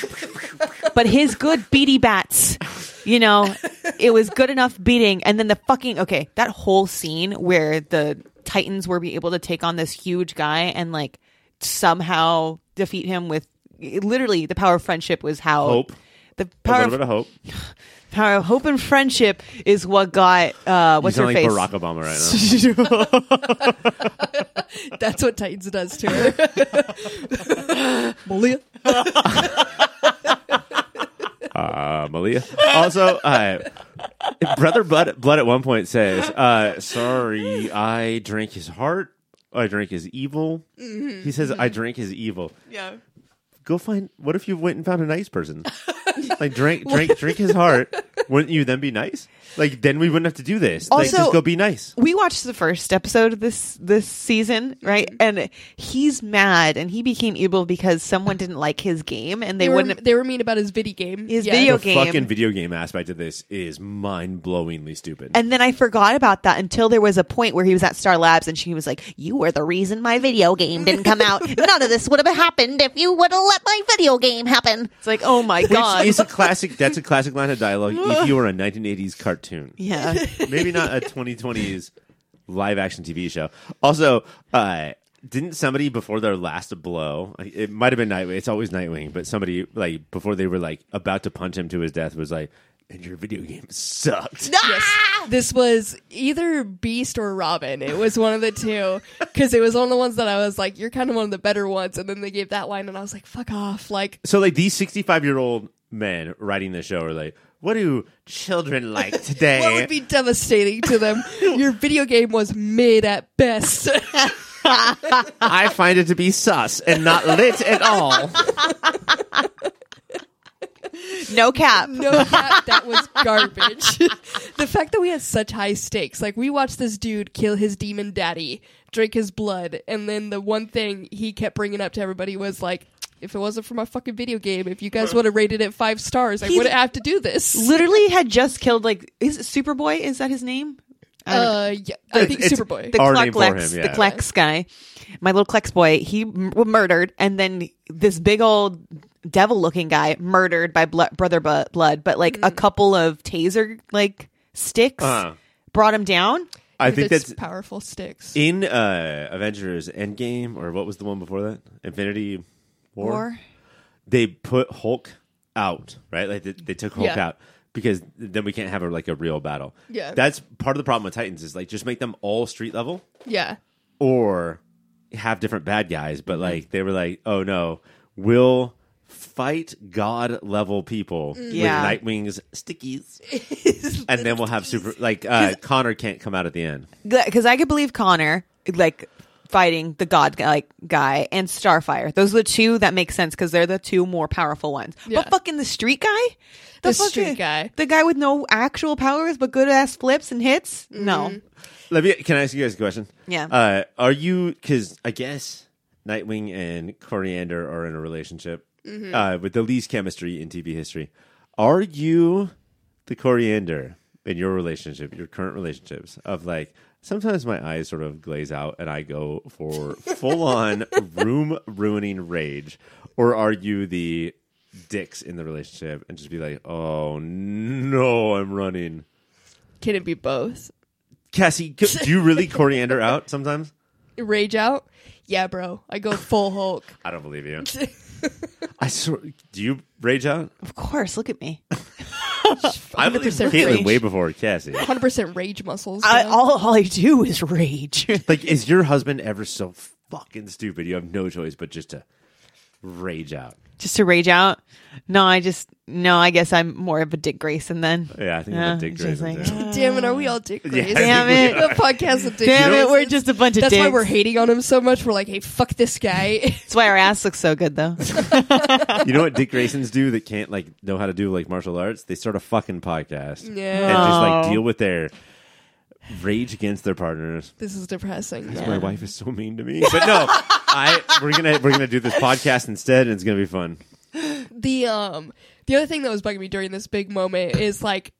Speaker 5: but his good beady bats, you know, it was good enough beating. And then the fucking okay, that whole scene where the Titans were be able to take on this huge guy and like somehow defeat him with literally the power of friendship was how
Speaker 3: Hope.
Speaker 5: The
Speaker 3: a
Speaker 5: power
Speaker 3: little bit of
Speaker 5: of,
Speaker 3: hope.
Speaker 5: power of hope and friendship is what got uh, what's
Speaker 3: you sound
Speaker 5: her
Speaker 3: like
Speaker 5: face?
Speaker 3: Barack Obama right now.
Speaker 2: That's what Titans does to her. Malia.
Speaker 3: uh, Malia. Also, uh, Brother Blood, Blood at one point says, uh, "Sorry, I drank his heart. I drank his evil."
Speaker 5: Mm-hmm.
Speaker 3: He says, "I drank his evil." Yeah. Go find. What if you went and found a nice person? like drink, drink, drink his heart. Wouldn't you then be nice? Like then we wouldn't have to do this. like
Speaker 5: Also-
Speaker 3: just go be nice.
Speaker 5: we watched the first episode of this this season, right? And he's mad, and he became evil because someone didn't like his game, and they,
Speaker 2: They were,
Speaker 5: wouldn't.
Speaker 2: they were mean about his video game.
Speaker 5: His video-
Speaker 3: The
Speaker 5: game.
Speaker 3: fucking video game aspect of this is mind blowingly stupid.
Speaker 5: and then I forgot about that until there was a point where he was at Star Labs, and she was like, "You were the reason my video game didn't come out. None of this would have happened if you would have let my video game happen." It's like, oh my god,
Speaker 3: Which is a classic. That's a classic line of dialogue. if you were a 1980s cartoon,
Speaker 5: yeah.
Speaker 3: maybe not a 2020s live action TV show. Also, uh, didn't somebody before their last blow? It might have been Nightwing. It's always Nightwing, but somebody like before they were like about to punch him to his death was like, "And your video game sucked."
Speaker 2: Yes. This was either Beast or Robin. It was one of the two because it was one of the ones that I was like, "You're kind of one of the better ones." And then they gave that line, and I was like, "Fuck off!" Like
Speaker 3: So like these 65 year old men writing the show are like, What do children like today?
Speaker 2: What would be devastating to them? Your video game was mid at best.
Speaker 3: I find it to be sus and not lit at all.
Speaker 5: No cap.
Speaker 2: no, that, that was garbage. the fact that we had such high stakes, like we watched this dude kill his demon daddy, drink his blood, and then the one thing he kept bringing up to everybody was like, "If it wasn't for my fucking video game, if you guys would have rated it five stars, I
Speaker 5: He's-
Speaker 2: wouldn't have to do this."
Speaker 5: Literally had just killed like is it Superboy? Is that his name? I don't know.
Speaker 2: Uh, yeah, I think
Speaker 3: It's-
Speaker 2: Superboy.
Speaker 5: the
Speaker 3: Our
Speaker 5: Clark
Speaker 3: name for
Speaker 5: Lex,
Speaker 3: him,
Speaker 5: the
Speaker 3: yeah.
Speaker 5: Klex guy, my little Klex boy, he m- was murdered, and then this big old devil-looking guy murdered by blo- brother bu- blood, but like
Speaker 3: Mm.
Speaker 5: a couple of taser like sticks
Speaker 3: Uh-huh.
Speaker 5: brought him down.
Speaker 3: I
Speaker 2: With
Speaker 3: think
Speaker 2: its
Speaker 3: that's
Speaker 2: powerful sticks.
Speaker 3: in uh, Avengers Endgame, or what was the one before that? Infinity War. They put Hulk out, right? Like they, they took Hulk
Speaker 2: Yeah.
Speaker 3: out because then we can't have a, like a real battle.
Speaker 2: Yeah.
Speaker 3: that's part of the problem with Titans is like just make them all street level
Speaker 2: yeah,
Speaker 3: or have different bad guys,
Speaker 2: Mm-hmm.
Speaker 3: but like they were like, oh no, we'll fight god level
Speaker 2: Mm.
Speaker 3: people
Speaker 5: Yeah.
Speaker 3: with Nightwing's stickies, and then we'll have super like uh, Connor can't come out at the end.
Speaker 5: because I could believe Connor like fighting the god guy- like guy and Starfire. Those are the two that make sense because they're the two more powerful ones.
Speaker 2: Yeah.
Speaker 5: But fucking the street guy,
Speaker 2: The street guy.
Speaker 5: the guy with no actual powers but good ass flips and hits.
Speaker 2: Mm-hmm.
Speaker 5: No,
Speaker 3: Let me. Can I ask you guys a question?
Speaker 5: Yeah.
Speaker 3: Uh, are you? Because I guess Nightwing and Coriander are in a relationship uh, with the least chemistry in TV history. Are you the Coriander in your relationship, your current relationships? Of like, sometimes my eyes sort of glaze out and I go for full on room ruining rage, or are you the dicks in the relationship and just be like, oh no, I'm running.
Speaker 2: can it be both?
Speaker 3: Cassie, c- do you really coriander out sometimes?
Speaker 2: Rage out. Yeah, bro. I go full Hulk.
Speaker 3: I don't believe you. I swear, do you rage out?
Speaker 5: of course. Look at me.
Speaker 3: I believe
Speaker 2: 100%
Speaker 3: Caitlin
Speaker 2: rage.
Speaker 3: way before Cassie.
Speaker 2: Hundred percent rage muscles.
Speaker 5: I,
Speaker 2: you know?
Speaker 5: all, all I do is rage.
Speaker 3: Like, is your husband ever so fucking stupid? You have no choice but just to rage out.
Speaker 5: just to rage out. No, I just no. I guess I'm more of a Dick Grayson then.
Speaker 3: Yeah, I think I'm a Dick
Speaker 5: it's just
Speaker 3: Grayson,
Speaker 5: like,
Speaker 3: too.
Speaker 5: ah.
Speaker 2: Damn it, are we all dick
Speaker 3: Yeah, I
Speaker 2: Grayson?
Speaker 3: think
Speaker 5: Damn we it. are.
Speaker 2: The podcast of dick
Speaker 5: Damn it,
Speaker 2: Graysons.
Speaker 5: we're just a bunch of
Speaker 2: That's why
Speaker 5: dicks.
Speaker 2: we're hating on him so much. We're like, hey, fuck this guy.
Speaker 5: That's why our ass looks so good though.
Speaker 3: You know what Dick Graysons do that can't like know how to do like martial arts? They start a fucking podcast and
Speaker 2: yeah.
Speaker 3: just like
Speaker 5: Oh.
Speaker 3: deal with their rage against their partners.
Speaker 2: This is depressing.
Speaker 3: My wife is so mean to me, but no, I we're gonna we're gonna do this podcast instead, and it's gonna be fun.
Speaker 2: The um the other thing that was bugging me during this big moment is like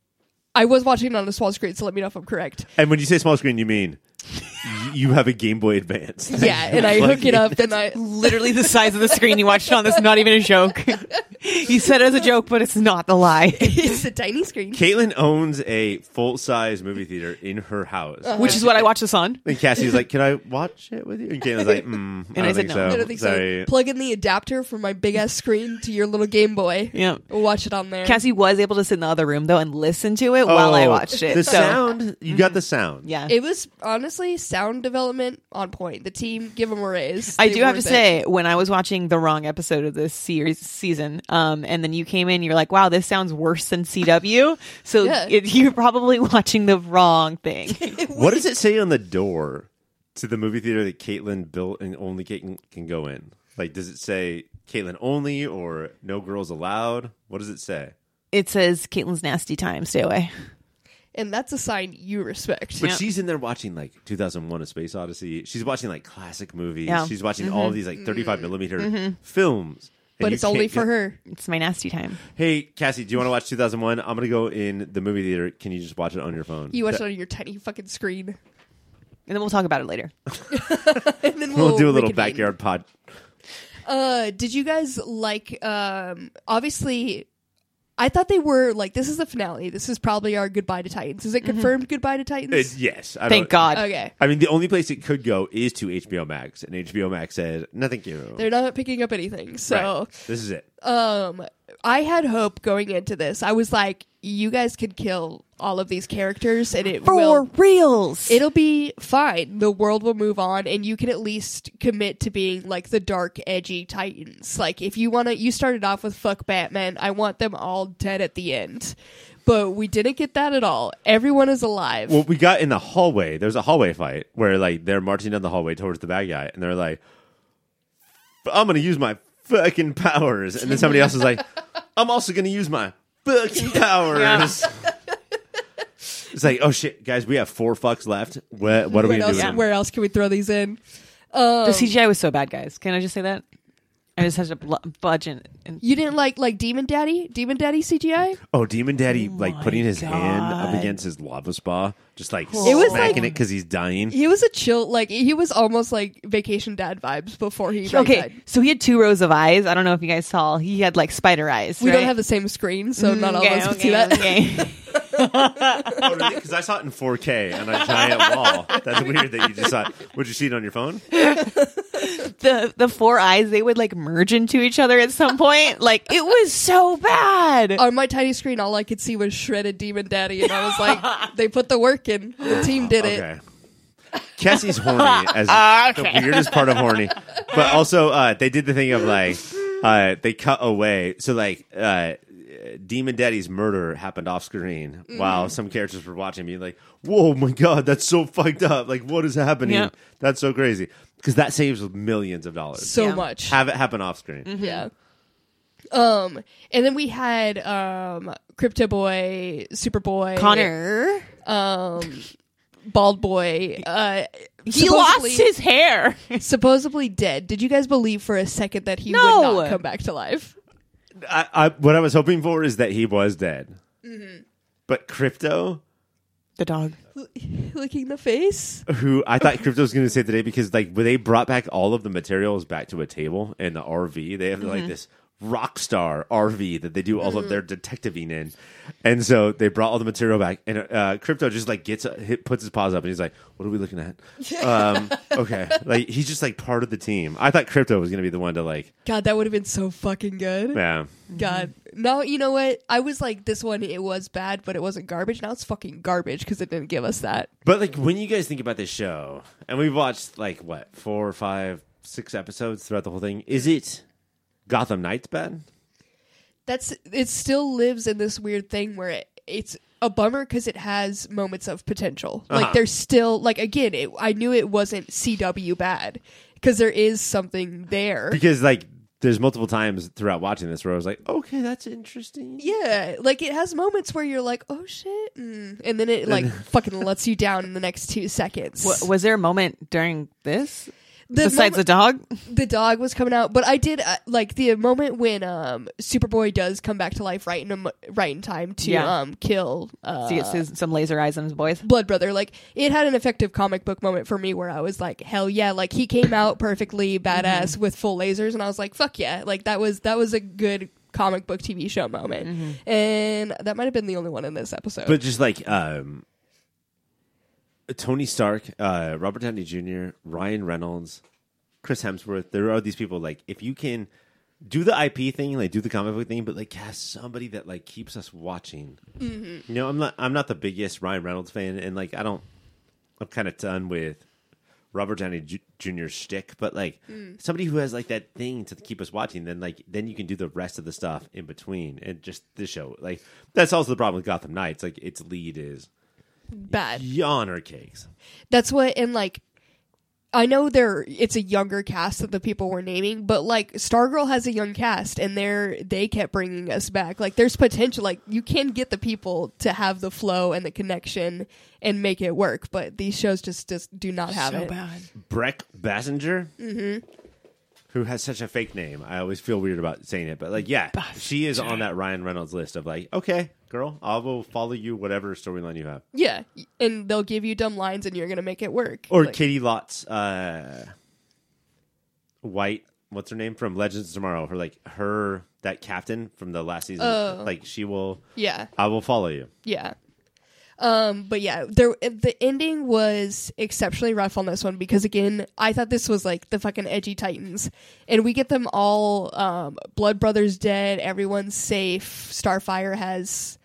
Speaker 2: I was watching it on a small screen, so let me know if I'm correct.
Speaker 3: And when you say small screen, you mean y- you have a Game Boy Advance.
Speaker 2: Yeah, and I hook it up and I
Speaker 5: literally the size of the screen you watched on. That's not even a joke. you said it as a joke, but it's not the lie.
Speaker 2: it's a tiny screen.
Speaker 3: Caitlin owns a full size movie theater in her house.
Speaker 5: Which is what I watch this on.
Speaker 3: And Cassie's like, "Can I watch it with you?" And Caitlin's like, mm, "I don't
Speaker 5: I said,
Speaker 3: think
Speaker 5: "No,
Speaker 3: so.
Speaker 2: I don't think
Speaker 3: Sorry.
Speaker 2: so. Plug in the adapter from my big ass screen to your little Game Boy.
Speaker 5: Yeah.
Speaker 2: Watch it on there.
Speaker 5: Cassie was able to sit in the other room though and listen to it while I
Speaker 3: Oh,
Speaker 5: watched it.
Speaker 3: The
Speaker 5: so
Speaker 3: sound, you got the sound.
Speaker 5: yeah.
Speaker 2: it was honestly sound development on point. The team, give them a raise.
Speaker 5: I
Speaker 2: They
Speaker 5: do have to
Speaker 2: worth it.
Speaker 5: say, when I was watching the wrong episode of this series season, um, and then you came in, you're like, "Wow, this sounds worse than CW." So
Speaker 2: Yeah.
Speaker 5: it, you're probably watching the wrong thing.
Speaker 3: What does it say on the door to the movie theater that Caitlin built and only Caitlin can go in? Like, does it say Caitlin only or no girls allowed? What does it say?
Speaker 5: it says Caitlin's nasty time. Stay away.
Speaker 2: and that's a sign you respect.
Speaker 3: But
Speaker 5: Yeah.
Speaker 3: she's in there watching like 2001: A Space Odyssey. She's watching like classic movies.
Speaker 5: Yeah.
Speaker 3: She's watching all these like 35 millimeter films.
Speaker 2: Mm-hmm.
Speaker 3: And
Speaker 2: But
Speaker 3: you
Speaker 2: it's only
Speaker 3: can't
Speaker 2: for
Speaker 3: get-
Speaker 2: her.
Speaker 5: It's my nasty time.
Speaker 3: Hey, Cassie, do you want to watch 2001? I'm gonna go in the movie theater. Can you just watch it on your phone?
Speaker 2: You watch it
Speaker 3: That-
Speaker 2: on your tiny fucking screen,
Speaker 5: And then we'll talk about it later.
Speaker 2: and then we'll,
Speaker 3: We'll, do a little
Speaker 2: reconvene.
Speaker 3: backyard pod.
Speaker 2: Uh, did you guys like? Um, obviously, I thought they were like this is the finale. This is probably our goodbye to Titans. Is it
Speaker 5: Mm-hmm.
Speaker 2: confirmed goodbye to
Speaker 3: It-
Speaker 2: Titans?
Speaker 3: Uh, yes, I
Speaker 5: Thank
Speaker 3: don't-
Speaker 5: God.
Speaker 2: okay,
Speaker 3: I mean, the only place it could go is to HBO Max, and HBO Max said, "No, thank you."
Speaker 2: they're not picking up anything. So,
Speaker 3: Right. this is it.
Speaker 2: um, I had hope going into this. I was like, you guys could kill all of these characters, and it
Speaker 5: For
Speaker 2: will
Speaker 5: reals.
Speaker 2: It'll be fine. The world will move on, and you can at least commit to being like the dark, edgy Titans. Like, if you want to, you started off with fuck Batman. I want them all dead at the end. but we didn't get that at all. Everyone is alive.
Speaker 3: Well, we got in the hallway. There was a hallway fight where like they're marching down the hallway towards the bad guy, and they're like, "I'm gonna use my fucking powers," and then somebody else is like, "I'm also gonna use my fucking powers." It's like, oh shit, guys, we have four fucks left. What, what are we
Speaker 2: where,
Speaker 3: gonna do?
Speaker 2: else,
Speaker 3: with them?
Speaker 2: where else can we throw these in?
Speaker 5: the
Speaker 2: Um,
Speaker 5: CGI was so bad, guys. Can I just say that? I just had to bl- budge and, and
Speaker 2: You didn't like like Demon Daddy, Demon Daddy CGI.
Speaker 3: Oh, Demon Daddy, like
Speaker 5: my
Speaker 3: putting his hand up
Speaker 5: God.
Speaker 3: against his lava spa, just like
Speaker 5: It
Speaker 2: was,
Speaker 3: smacking
Speaker 2: like-
Speaker 3: it because he's dying.
Speaker 2: He was a chill, like he was almost like Vacation Dad vibes before he like,
Speaker 5: okay.
Speaker 2: died.
Speaker 5: So he had two rows of eyes. I don't know if you guys saw. He had like spider eyes.
Speaker 2: We
Speaker 5: right?
Speaker 2: don't have the same screen, so not all
Speaker 5: Okay,
Speaker 2: of us can
Speaker 5: okay,
Speaker 2: see that.
Speaker 5: okay.
Speaker 3: Because Oh, I saw it in 4K on a giant wall. That's weird that you just saw. it. Would you see it on your phone?
Speaker 5: the the four eyes they would like merge into each other at some point. Like it was so bad.
Speaker 2: On my tiny screen, all I could see was shredded Demon Daddy, and I was like, "They put the work in. The team did it."
Speaker 3: Okay. Cassie's horny as the weirdest part of horny, but also uh, they did the thing of like uh, they cut away. So like uh, Demon Daddy's murder happened off screen while some characters were watching, being like, "Whoa, my god, that's so fucked up! Like, what is happening?
Speaker 5: Yeah.
Speaker 3: That's so crazy." Because that saves millions of dollars.
Speaker 2: So
Speaker 5: Yeah.
Speaker 2: much.
Speaker 3: Have it happen off screen.
Speaker 2: Yeah. Um, and then we had um Crypto Boy, Superboy,
Speaker 5: Connor,
Speaker 2: um, Bald Boy. Uh,
Speaker 5: he lost his hair.
Speaker 2: supposedly dead. Did you guys believe for a second that he would
Speaker 5: No.
Speaker 2: not come back to life?
Speaker 3: I, I, what I was hoping for is that he was dead, but Crypto.
Speaker 5: The dog.
Speaker 2: Licking the face.
Speaker 3: who I thought crypto was going to say today because like when they brought back all of the materials back to a table in the RV, they have like this rock star RV that they do all of their detectiving in, and so they brought all the material back, and uh, crypto just like gets hit, puts his paws up, and he's like, "What are we looking at?" um, okay, like he's just like part of the team. I thought crypto was going to be the one to like,
Speaker 2: God, that would have been so fucking good.
Speaker 3: yeah.
Speaker 2: God, no, you know what? I was like, this one it was bad, but it wasn't garbage. Now it's fucking garbage because it didn't give us that.
Speaker 3: But like when you guys think about this show, and we've watched like what four or five, six episodes throughout the whole thing, is it Gotham Knights bad?
Speaker 2: That's it. Still lives in this weird thing where it, it's a bummer because it has moments of potential. Like there's still like again, it, I knew it wasn't CW bad because there is something there.
Speaker 3: because like there's multiple times throughout watching this where I was like, okay, that's interesting.
Speaker 2: Yeah, like it has moments where you're like, "Oh shit," mm, and then it like fucking lets you down in the next two seconds.
Speaker 5: W- was there a moment during this
Speaker 2: the moment-
Speaker 5: besides the dog?
Speaker 2: the dog was coming out, but I did uh, like the moment when um Superboy does come back to life right in a mo- right in time to
Speaker 5: Yeah.
Speaker 2: um kill uh,
Speaker 5: So he gets his- some laser eyes on his boys.
Speaker 2: Blood Brother. Like it had an effective comic book moment for me where I was like, hell yeah! Like he came out perfectly badass with full lasers, and I was like, fuck yeah! Like that was that was a good comic book TV show moment, and that might have been the only one in this episode.
Speaker 3: But just like um, Tony Stark, uh, Robert Downey Jr., Ryan Reynolds, Chris Hemsworth, there are these people like if you can do the IP thing, like do the comic book thing, but like cast somebody that like keeps us watching. You know, I'm not I'm not the biggest Ryan Reynolds fan, and like I don't, I'm kind of done with. Robert Downey J- Jr. shtick, but like somebody who has like that thing to keep us watching, then like then you can do the rest of the stuff in between, and just the show. Like that's also the problem with Gotham Knights. Like its lead is
Speaker 2: Bad.
Speaker 3: yawner cakes.
Speaker 2: That's what and like I know they're it's a younger cast that the people were naming, but like Stargirl has a young cast and they're they kept bringing us back. Like there's potential like you can get the people to have the flow and the connection and make it work, but these shows just just do not have it.
Speaker 3: Breck Basinger, who has such a fake name. I always feel weird about saying it, but like yeah, she is on that Ryan Reynolds list of like, okay, girl, I will follow you whatever storyline you have.
Speaker 2: Yeah, and they'll give you dumb lines and you're going to make it work.
Speaker 3: Or
Speaker 2: Like,
Speaker 3: Katie Lott's uh, White, what's her name from Legends of Tomorrow? Her like her that captain from the last season. Like she will,
Speaker 2: yeah.
Speaker 3: I will follow you.
Speaker 2: Yeah. Um, but yeah, there the ending was exceptionally rough on this one because again, I thought this was like the fucking edgy Titans, and we get them all. Um, Blood Brothers dead, everyone's safe. Starfire has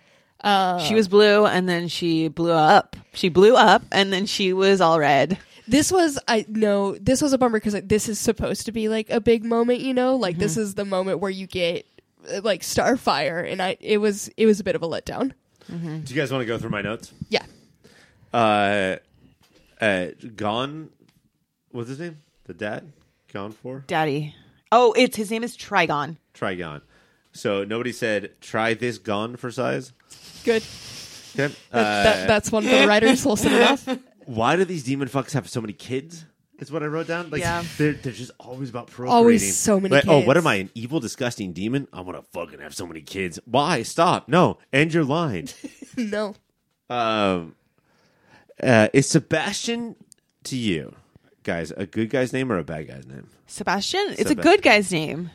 Speaker 2: uh.
Speaker 5: she was blue, and then she blew up. She blew up, and then she was all red.
Speaker 2: this was I no this was a bummer because like, this is supposed to be like a big moment, you know, like
Speaker 5: Mm-hmm.
Speaker 2: this is the moment where you get uh, like Starfire, and I it was it was a bit of a letdown.
Speaker 3: Do you guys want to go through my notes?
Speaker 2: Yeah.
Speaker 3: Uh, uh, gone. What's his name? The dad. Gone for.
Speaker 5: Daddy. Oh, it's his name is Trigon.
Speaker 3: Try gone. So nobody said try this gone for size.
Speaker 2: Good.
Speaker 3: Okay. Uh,
Speaker 2: That, that, that's one for the writers wholesome enough.
Speaker 3: why do these demon fucks have so many kids? Is what I wrote down. Like
Speaker 5: Yeah.
Speaker 3: they're they're just always about procreating.
Speaker 2: Always so many
Speaker 3: Like, Oh,
Speaker 2: kids.
Speaker 3: what am I? An evil, disgusting demon? I'm gonna fucking have so many kids. Why? Stop. No. End your line.
Speaker 2: No.
Speaker 3: um, uh, is Sebastian to you guys a good guy's name or a bad guy's name?
Speaker 5: Sebastian. It's a
Speaker 3: Seba-
Speaker 5: good guy's name.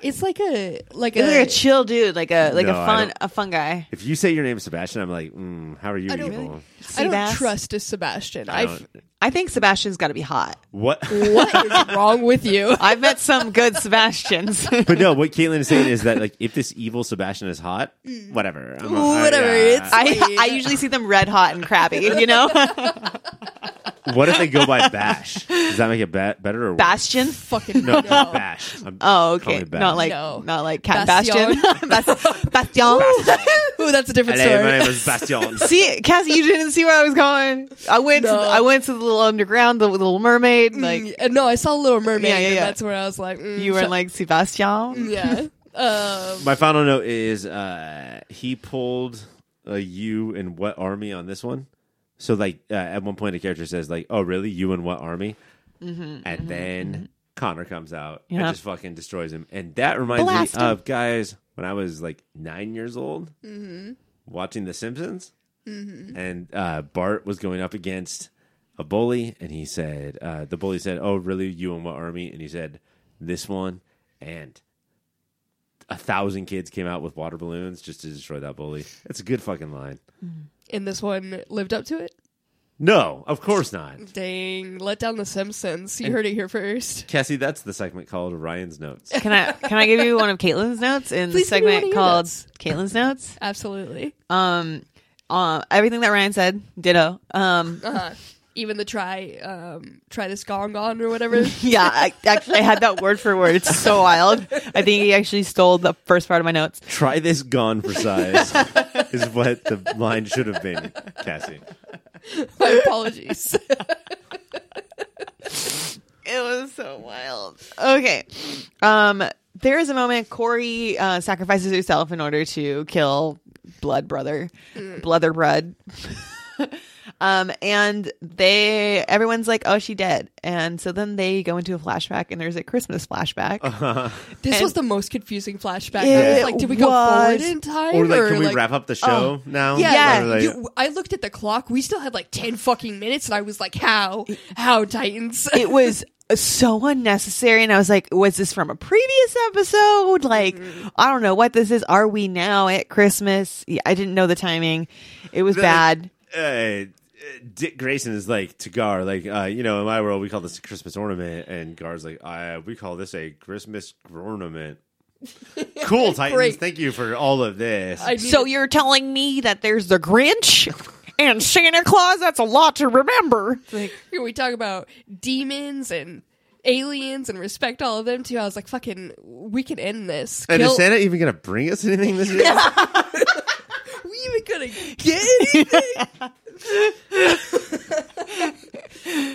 Speaker 2: It's like a like
Speaker 5: He's
Speaker 2: a,
Speaker 5: like a chill dude, like a like
Speaker 3: No,
Speaker 5: a
Speaker 3: I
Speaker 5: fun
Speaker 3: don't-
Speaker 5: a fun guy.
Speaker 3: If you say your name is Sebastian, I'm like, mm, how are you
Speaker 2: I don't
Speaker 3: evil?
Speaker 2: really- I don't
Speaker 5: Seabass.
Speaker 2: trust a Sebastian.
Speaker 3: I
Speaker 2: I
Speaker 3: don't-
Speaker 5: I think Sebastian's got to be hot.
Speaker 3: what?
Speaker 2: what is wrong with you?
Speaker 5: I've met some good Sebastians.
Speaker 3: but no, what Caitlin is saying is that like if this evil Sebastian is hot, whatever. I'm-
Speaker 2: Mm. Ooh,
Speaker 3: I- uh,
Speaker 2: whatever,
Speaker 3: yeah.
Speaker 2: it's-
Speaker 5: I I usually see them red hot and crabby. You know,
Speaker 3: What if they go by Bash? Does that make it ba- better or worse?
Speaker 5: Bastion.
Speaker 2: Fucking no.
Speaker 3: No, Bash. I'm-
Speaker 5: Oh,
Speaker 3: Call me
Speaker 5: okay.
Speaker 3: Bash.
Speaker 5: Not like
Speaker 2: No.
Speaker 5: not like Cat
Speaker 2: Bastion.
Speaker 5: Bastion. Bas- Bastion.
Speaker 2: Ooh, that's a different
Speaker 3: Hello, my
Speaker 2: story.
Speaker 3: name is Bastion.
Speaker 5: See, Cassie, you didn't see where I was going. I went. To
Speaker 2: No.
Speaker 5: the, I went to the little underground, the Little Mermaid. Like
Speaker 2: Mm, no, I saw Little Mermaid,
Speaker 5: Yeah, yeah,
Speaker 2: and
Speaker 5: yeah.
Speaker 2: that's where I was like, mm,
Speaker 5: you were
Speaker 2: shut-
Speaker 5: like Sebastian.
Speaker 2: yeah. Um,
Speaker 3: My final note is uh, he pulled a you and what army on this one. So like uh, at one point a character says like, "Oh really? You and what army?"
Speaker 5: Mm-hmm,
Speaker 3: And then Connor comes out and
Speaker 5: Yeah.
Speaker 3: just fucking destroys him. And that reminds
Speaker 5: Blast
Speaker 3: me
Speaker 5: him.
Speaker 3: of guys when I was like nine years old
Speaker 5: Mm-hmm.
Speaker 3: watching The Simpsons, and uh, Bart was going up against a bully, and he said, uh, "The bully said, oh really? You and what army?" And he said, "This one and." a thousand kids came out with water balloons just to destroy that bully. It's a good fucking line.
Speaker 2: and this one lived up to it.
Speaker 3: No, of course not.
Speaker 2: Dang, let down the Simpsons. You heard it here first.
Speaker 3: Cassie, that's the segment called Ryan's Notes.
Speaker 5: Can I can I give you one of Caitlin's notes in the
Speaker 2: Please give me one of
Speaker 5: segment
Speaker 2: your
Speaker 5: called
Speaker 2: notes.
Speaker 5: Caitlin's notes?
Speaker 2: Absolutely.
Speaker 5: Um, uh, everything that Ryan said, ditto. Um,
Speaker 2: Uh-huh. Even the try, um, try this gong on or whatever.
Speaker 5: yeah, I, actually, I had that word for word. It's so wild. I think he actually stole the first part of my notes.
Speaker 3: Try this gone for size is what the line should have been, Cassie.
Speaker 2: My apologies.
Speaker 5: It was so wild. Okay. Um, there is a moment Corey uh, sacrifices herself in order to kill Blood Brother, Blother Blood. um, and they everyone's like, "Oh, she dead." And so then they go into a flashback, and there's a Christmas flashback.
Speaker 2: This
Speaker 5: And-
Speaker 2: was the most confusing flashback.
Speaker 5: It
Speaker 2: I was like, did we go forward
Speaker 5: was.
Speaker 2: in time?
Speaker 3: Or like, can we wrap up the show now?
Speaker 2: oh, Yeah,
Speaker 3: Or, like,
Speaker 2: you- I looked at the clock. We still had like ten fucking minutes, and I was like, "How? How Titans?
Speaker 5: it was so unnecessary and i was like was this from a previous episode like i don't know what this is are we now at christmas yeah, i didn't know the timing it was bad
Speaker 3: uh, uh, Dick Grayson is like to Gar, like uh, you know, in my world we call this a Christmas ornament, and Gar's like, uh, we call this a Christmas ornament. Cool, Titans.
Speaker 2: Great.
Speaker 3: Thank you for all of this.
Speaker 2: I needed-
Speaker 5: so you're telling me that there's the grinch and santa claus that's a lot to remember
Speaker 2: like here we talk about demons and aliens and respect all of them too. I was like, "Fucking, we can end this."
Speaker 3: And
Speaker 2: Kill-
Speaker 3: is Santa even gonna bring us anything this year?
Speaker 2: we even gonna get anything?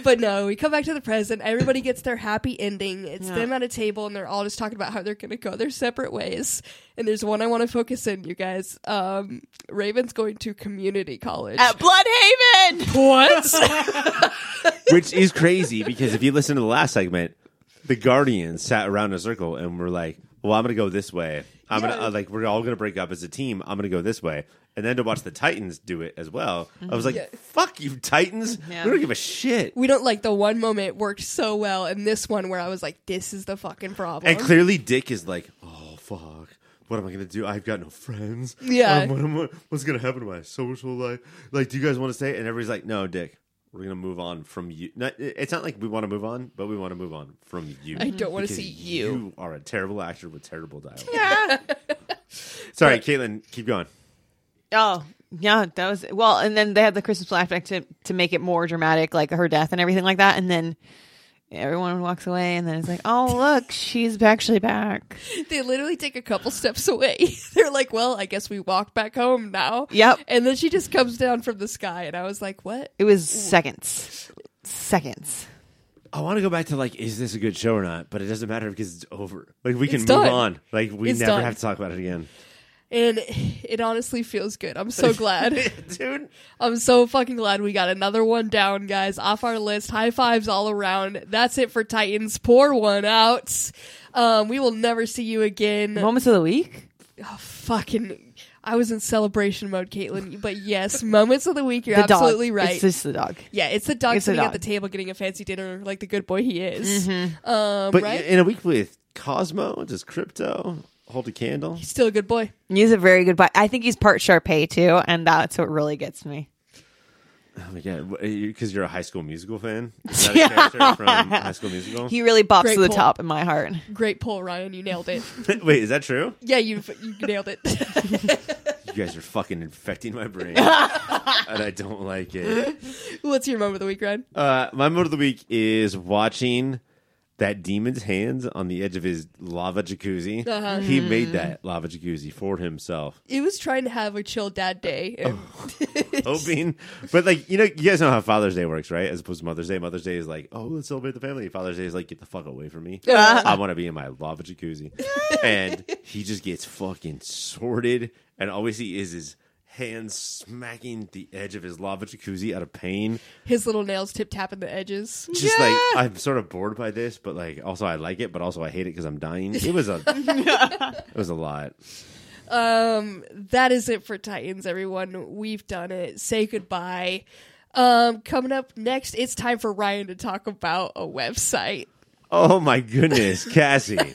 Speaker 2: but no, we come back to the present. Everybody gets their happy ending. It's them at a table, and they're all just talking about how they're gonna go their separate ways. And there's one I want to focus in, you guys. Um, Raven's going to community college.
Speaker 5: at bloodhaven
Speaker 2: what?
Speaker 3: Which is crazy because if you listen to the last segment, the Guardians sat around in a circle and were like, "Well, I'm gonna go this way. I'm gonna uh, like we're all gonna break up as a team. I'm gonna go this way." And then to watch the Titans do it as well, I was like,
Speaker 2: Yeah.
Speaker 3: "Fuck you, Titans!
Speaker 5: Yeah.
Speaker 3: We don't give a shit."
Speaker 2: we don't like the one moment worked so well, and this one where I was like, "This is the fucking problem."
Speaker 3: And clearly, Dick is like, "Oh fuck." What am I gonna do? I've got no friends.
Speaker 2: Yeah.
Speaker 3: Um, what am I- what's gonna happen to my social life? Like, do you guys want to stay? And everybody's like, "No, Dick, we're gonna move on from you." Not, it's not like we want to move on, but we want to move on from you.
Speaker 2: I don't wanna
Speaker 3: Because
Speaker 2: see you.
Speaker 3: You are a terrible actor with terrible dialogue. Sorry, Caitlin, keep going.
Speaker 5: oh yeah that was well and then they had the christmas flashback to, to make it more dramatic like her death and everything like that and then everyone walks away, and then it's like, oh look, she's actually back.
Speaker 2: They literally take a couple steps away. They're like, "Well, I guess we walk back home now."
Speaker 5: Yep.
Speaker 2: And then she just comes down from the sky, and I was like, "What?"
Speaker 5: It was seconds, seconds.
Speaker 3: I want to go back to like, is this a good show or not? But it doesn't matter because it's over. Like we can
Speaker 2: It's
Speaker 3: move
Speaker 2: done.
Speaker 3: on. Like we
Speaker 2: It's
Speaker 3: never
Speaker 2: done.
Speaker 3: have to talk about it again,
Speaker 2: And it honestly feels good. I'm so glad.
Speaker 3: dude.
Speaker 2: I'm so fucking glad we got another one down, guys. Off our list. High fives all around. That's it for Titans. Pour one out. Um, we will never see you again.
Speaker 5: Moments of the week.
Speaker 2: Oh, fucking. I was in celebration mode, Caitlin. But yes, moments of the week. You're
Speaker 5: The dog.
Speaker 2: absolutely right.
Speaker 5: It's just the dog.
Speaker 2: yeah, it's the dog
Speaker 5: It's the
Speaker 2: sitting at
Speaker 5: dog. Mm-hmm.
Speaker 2: the table getting a fancy dinner, like the good boy he is. Um,
Speaker 3: But
Speaker 2: right?
Speaker 3: in a week with Cosmo, does crypto hold a candle?
Speaker 2: He's still a good boy.
Speaker 5: He's a very good. Bi- I think he's part Sharpay too, and that's what really gets me.
Speaker 3: Oh my god! Because you're a High School Musical fan. Is that a character from High School Musical?
Speaker 5: He really bops
Speaker 2: Great
Speaker 5: to the
Speaker 2: pull.
Speaker 5: top in my heart.
Speaker 2: Great pull, Ryan. You nailed it.
Speaker 3: Wait, is that true?
Speaker 2: yeah, you you nailed it.
Speaker 3: You guys are fucking infecting my brain, and I don't like it.
Speaker 2: What's your moment of the week, Ryan?
Speaker 3: Uh, my mode of the week is watching that demon's hands on the edge of his lava jacuzzi.
Speaker 2: Uh-huh.
Speaker 3: He made that lava jacuzzi for himself.
Speaker 2: It was trying to have a chill dad day. and-
Speaker 3: hoping. But like you know, you guys know how Father's Day works, right? As opposed to Mother's Day. Mother's Day is like, oh, let's celebrate the family. Father's Day is like, get the fuck away from me. I want to be in my lava jacuzzi. and he just gets fucking sorted, and all we see is his hands smacking the edge of his lava jacuzzi out of pain.
Speaker 2: His little nails tip tapping the edges.
Speaker 3: Just like I'm sort of bored by this, but like also I like it, but also I hate it because I'm dying. It was a, it was a lot.
Speaker 2: Um, that is it for Titans, everyone. We've done it. Say goodbye. Um, coming up next, it's time for Ryan to talk about a website.
Speaker 3: Oh my goodness, Cassie.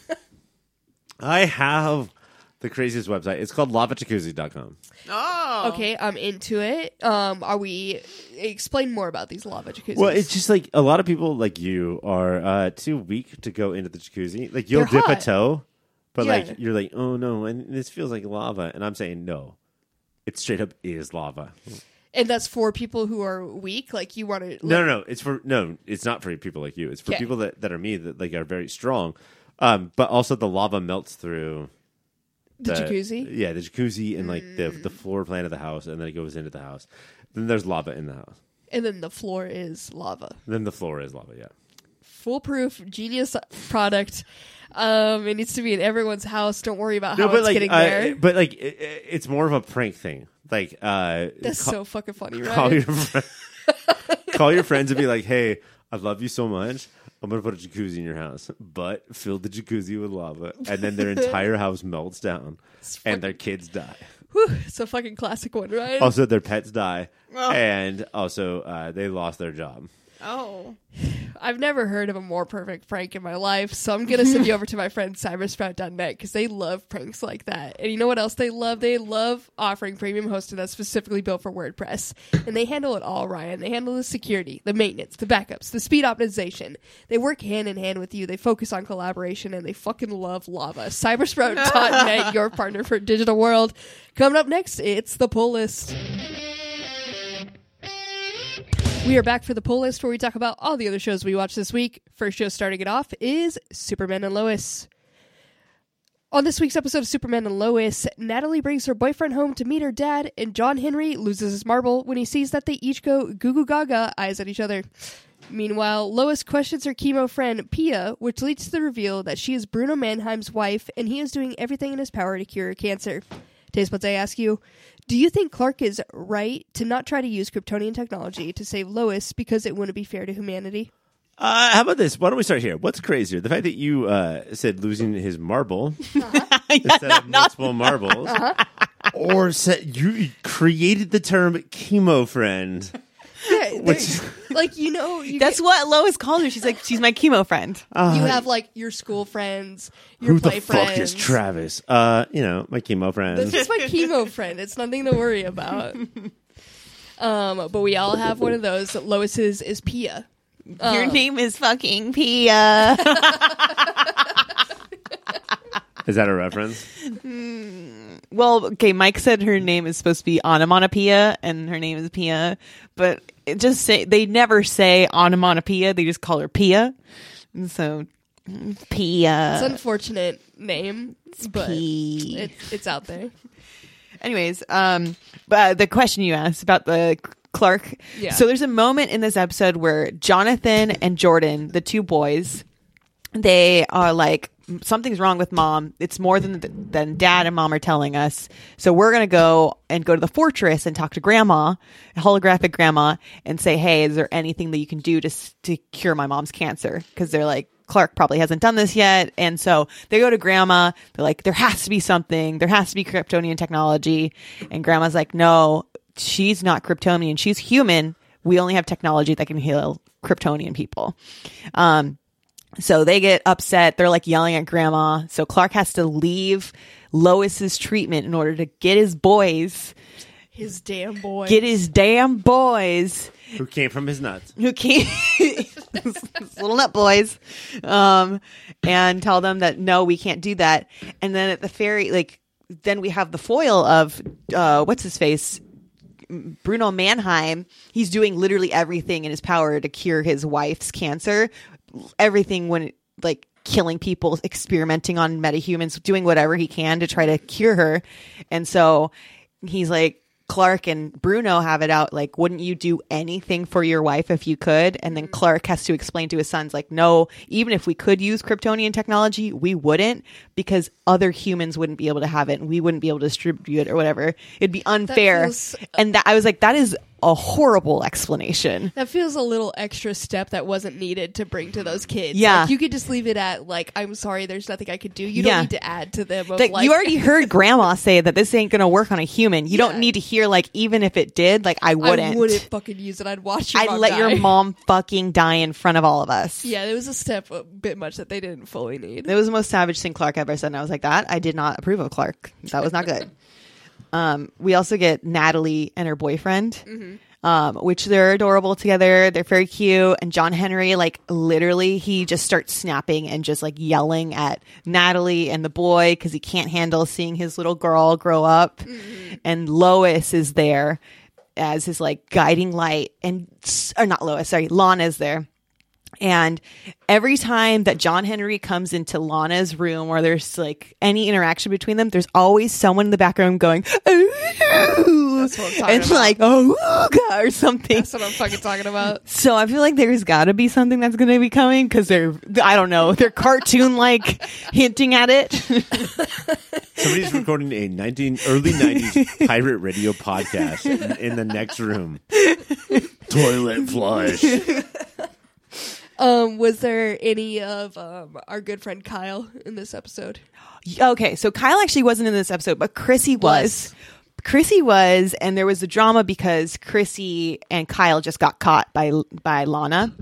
Speaker 3: I have the craziest website. It's called lavajacuzzi.com.
Speaker 5: Oh,
Speaker 2: Okay, I'm into it. Um, are we explain more about these lava jacuzzis?
Speaker 3: Well, it's just like a lot of people like you are uh, too weak to go into the jacuzzi. Like you'll
Speaker 2: They're
Speaker 3: dip
Speaker 2: hot.
Speaker 3: a toe, but
Speaker 2: Yeah.
Speaker 3: like you're like, oh no, and this feels like lava. And I'm saying no. It straight up is lava.
Speaker 2: and that's for people who are weak. Like you want to.
Speaker 3: No, no, no. It's for no. It's not for people like you. It's for
Speaker 2: Okay.
Speaker 3: people that, that are me that like are very strong. Um, but also the lava melts through
Speaker 2: The jacuzzi?
Speaker 3: Uh,
Speaker 2: Mm.
Speaker 3: Yeah, the jacuzzi and like the the floor plan of the house, and then it goes into the house. Then there's lava in the house.
Speaker 2: And then the floor is lava.
Speaker 3: Then the floor is lava.
Speaker 2: Oh,
Speaker 3: Yeah.
Speaker 2: Foolproof, genius product. Um, it needs to be in everyone's house. Don't worry about how it's getting
Speaker 3: uh,
Speaker 2: there.
Speaker 3: but like, it, it- it's more of a prank thing. Like, uh,
Speaker 2: That's
Speaker 3: ca-
Speaker 2: so fucking funny, right?
Speaker 3: call your fr- call your friends and be like, "Hey, I love you so much. I'm gonna put a jacuzzi in your house, but fill the jacuzzi with lava, and then their entire house melts down, and their kids die.
Speaker 2: Whew, it's a fucking classic one, right?
Speaker 3: Also, their pets die,
Speaker 2: Oh.
Speaker 3: and also uh, they lost their job.
Speaker 5: Oh.
Speaker 2: I've never heard of a more perfect prank in my life, so I'm gonna send you over to my friend cybersprout.net because they love pranks like that. And you know what else they love? They love offering premium hosting that's specifically built for WordPress. And they handle it all, Ryan. They handle the security, the maintenance, the backups, the speed optimization. They work hand in hand with you. They focus on collaboration and they fucking love lava. Cybersprout.net, your partner for digital world. Coming up next, it's the pull list. We are back for the poll list where we talk about all the other shows we watched this week. First show starting it off is Superman and Lois. On this week's episode of Superman and Lois, Natalie brings her boyfriend home to meet her dad, and John Henry loses his marble when he sees that they each go goo goo gaga eyes at each other. Meanwhile, Lois questions her chemo friend Pia, which leads to the reveal that she is Bruno Mannheim's wife and he is doing everything in his power to cure her cancer. Taste buds, I ask you, do you think Clark is right to not try to use Kryptonian technology to save Lois because it wouldn't be fair to humanity?
Speaker 3: Uh, how about this? Why don't we start here? What's crazier, the fact that you uh, said losing his marble instead of multiple marbles, or said you created the term chemo friend? Which-
Speaker 2: like you know, you,
Speaker 5: That's what Lois calls her. She's like, she's my chemo friend.
Speaker 2: get- you have like your school friends, your
Speaker 3: Who the
Speaker 2: play friends.
Speaker 3: fuck is Travis? Uh, you know, my chemo friend.
Speaker 2: This is my chemo friend. It's nothing to worry about. Um, but we all have one of those. Lois's is Pia.
Speaker 5: Your name is fucking Pia.
Speaker 3: Is that a reference?
Speaker 5: Well, okay, Mike said her name is supposed to be onomatopoeia, and her name is Pia, but it just say they never say onomatopoeia; they just call her Pia, and so
Speaker 2: It's
Speaker 5: Pia.
Speaker 2: an unfortunate name, but
Speaker 5: P.
Speaker 2: it, it's out there.
Speaker 5: Anyways, um, but the question you asked about the Clark.
Speaker 2: Yeah.
Speaker 5: So there's a moment in this episode where Jonathan and Jordan, the two boys, they are like something's wrong with mom. It's more than than dad and mom are telling us. So we're gonna go and go to the fortress and talk to grandma, holographic grandma, and say, hey, is there anything that you can do to s- to cure my mom's cancer? Because they're like. Clark probably hasn't done this yet. And so they go to grandma. They're like, there has to be something. There has to be Kryptonian technology. And grandma's like, no, she's not Kryptonian. She's human. We only have technology that can heal Kryptonian people. Um, so they get upset. They're like yelling at grandma. So Clark has to leave Lois's treatment in order to get his boys,
Speaker 2: His damn boy.
Speaker 5: get his damn boys
Speaker 3: Who came from his nuts?
Speaker 5: who came, little nut boys, um, and tell them that no, we can't do that. And then at the ferry, like, then we have the foil of uh, what's his face, Bruno Mannheim, he's doing literally everything in his power to cure his wife's cancer. Everything when like killing people, experimenting on metahumans, doing whatever he can to try to cure her. And so he's like Clark and Bruno have it out like wouldn't you do anything for your wife if you could? And then Clark has to explain to his sons like no, even if we could use Kryptonian technology, we wouldn't because other humans wouldn't be able to have it and we wouldn't be able to distribute it or whatever. It'd be unfair
Speaker 2: feels
Speaker 5: and that I was like, that is a horrible explanation.
Speaker 2: That feels a little extra step that wasn't needed to bring to those kids.
Speaker 5: Yeah.
Speaker 2: Like, you could just leave it at, like, I'm sorry, there's nothing I could do. You
Speaker 5: Yeah.
Speaker 2: don't need to add to them. Of,
Speaker 5: Like,
Speaker 2: like,
Speaker 5: you already heard grandma say that this ain't gonna work on a human. You
Speaker 2: Yeah.
Speaker 5: don't need to hear like even if it did, like I wouldn't.
Speaker 2: I wouldn't fucking use it. I'd watch your
Speaker 5: I'd
Speaker 2: mom
Speaker 5: let
Speaker 2: die.
Speaker 5: your mom fucking die in front of all of us.
Speaker 2: Yeah, it was a step a bit much that they didn't fully need.
Speaker 5: It was the most savage thing Clark ever said, and I was like, that I did not approve of Clark. That was not good. um, we also get Natalie and her boyfriend,
Speaker 2: Mm.
Speaker 5: um, which they're adorable together. They're very cute. And John Henry, like literally, he just starts snapping and just like yelling at Natalie and the boy because he can't handle seeing his little girl grow up.
Speaker 2: Mm-hmm.
Speaker 5: And Lois is there as his like guiding light, and or not Lois, sorry, Lana's there. And every time that John Henry comes into Lana's room or there's like any interaction between them, there's always someone in the background going, ooh,
Speaker 2: That's what I'm talking
Speaker 5: and
Speaker 2: about.
Speaker 5: like, oh, ooga," or something.
Speaker 2: That's what I'm fucking talking about.
Speaker 5: So I feel like there's got to be something that's going to be coming because they're, I don't know, they're cartoon like hinting at it.
Speaker 3: Somebody's recording a 19 early 90s pirate radio podcast in, in the next room. Toilet flush.
Speaker 2: Um, was there any of um, our good friend Kyle in this episode?
Speaker 5: okay, so Kyle actually wasn't in this episode, but Chrissy was. Chrissy was, and there was the drama because Chrissy and Kyle just got caught by by Lana.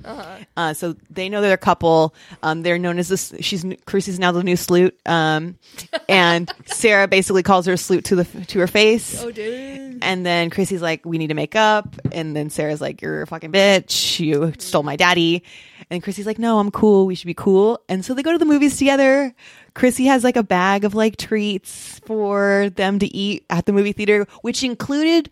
Speaker 5: uh so they know they're a couple. Um, they're known as this. She's Chrissy's now the new Sloot, um, and Sarah basically calls her a Sloot to the to her face.
Speaker 2: Oh, dude.
Speaker 5: Mm-hmm. And then Chrissy's like, we need to make up. And then Sarah's like, you're a fucking bitch. You stole my daddy. And Chrissy's like, no, I'm cool. We should be cool. And so they go to the movies together. Chrissy has like a bag of like treats for them to eat at the movie theater, which included